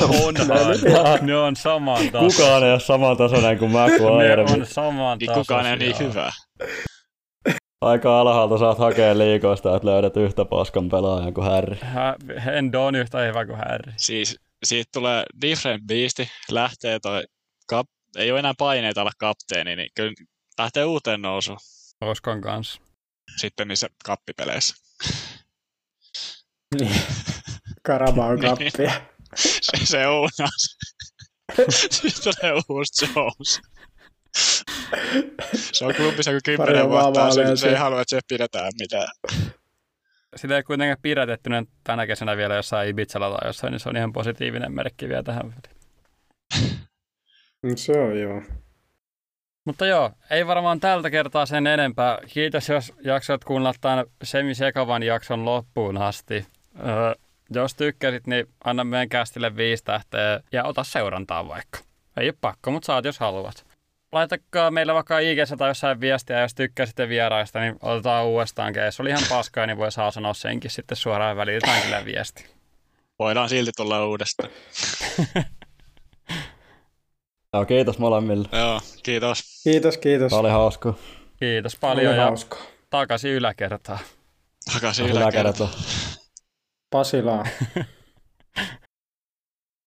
Speaker 1: No onhan. ne on samantasoisia.
Speaker 2: Kukaan ei ole saman tasoinen kuin mä kuin
Speaker 1: No. Ne
Speaker 2: aiemmin.
Speaker 1: on saman
Speaker 4: Niin kukaan ei ole niin hyvää.
Speaker 2: Aika alhaalta saat hakea liikoista, että löydät yhtä paskan pelaajan kuin Harry.
Speaker 1: Hendo on yhtä hyvä kuin Harry.
Speaker 4: Siis siitä tulee different beasti, lähtee toi kap... ei ole enää paineita olla kapteeni, niin kyllä lähtee uuteen nousuun
Speaker 1: Oskon kanssa.
Speaker 4: sitten niissä kappipeleissä.
Speaker 3: Niin. Karabao kappia.
Speaker 4: se, se uunas. Sitten tulee uusi Jones. Se on klubissa kuin kymmenen
Speaker 3: Pari
Speaker 4: vuotta,
Speaker 3: omaa
Speaker 4: se,
Speaker 3: maalia
Speaker 4: se ei
Speaker 3: siihen.
Speaker 4: halua, että se pidetään mitään.
Speaker 1: Sitä ei kuitenkaan pidätetty nyt tänä kesänä vielä jossain Ibizalla tai jossain, niin se on ihan positiivinen merkki vielä tähän.
Speaker 3: Se on joo.
Speaker 1: Mutta joo, ei varmaan tältä kertaa sen enempää. Kiitos, jos jaksoit kuunnella tämän semisekavan jakson loppuun asti. Öö, jos tykkäsit, niin anna meidän kästille viisi tähteä ja ota seurantaa vaikka. Ei ole pakko, mutta saat jos haluat. Laitakaa meillä vaikka ig tai jossain viestiä, jos tykkäsitte vieraista, niin otetaan uudestaan. Ja Jos oli ihan paskaa, niin voi saa sanoa senkin sitten suoraan väliin. Jotain kyllä viesti.
Speaker 4: Voidaan silti tulla uudestaan.
Speaker 2: Joo, No, kiitos molemmille.
Speaker 4: Joo, kiitos.
Speaker 3: Kiitos, kiitos.
Speaker 2: Tämä oli hauskaa.
Speaker 1: Kiitos
Speaker 3: Oli
Speaker 1: paljon ja
Speaker 3: hauskaa.
Speaker 1: takaisin yläkertaan.
Speaker 4: Takaisin
Speaker 2: Hyvää
Speaker 4: yläkertaan.
Speaker 2: kertaa.
Speaker 3: Pasilaa.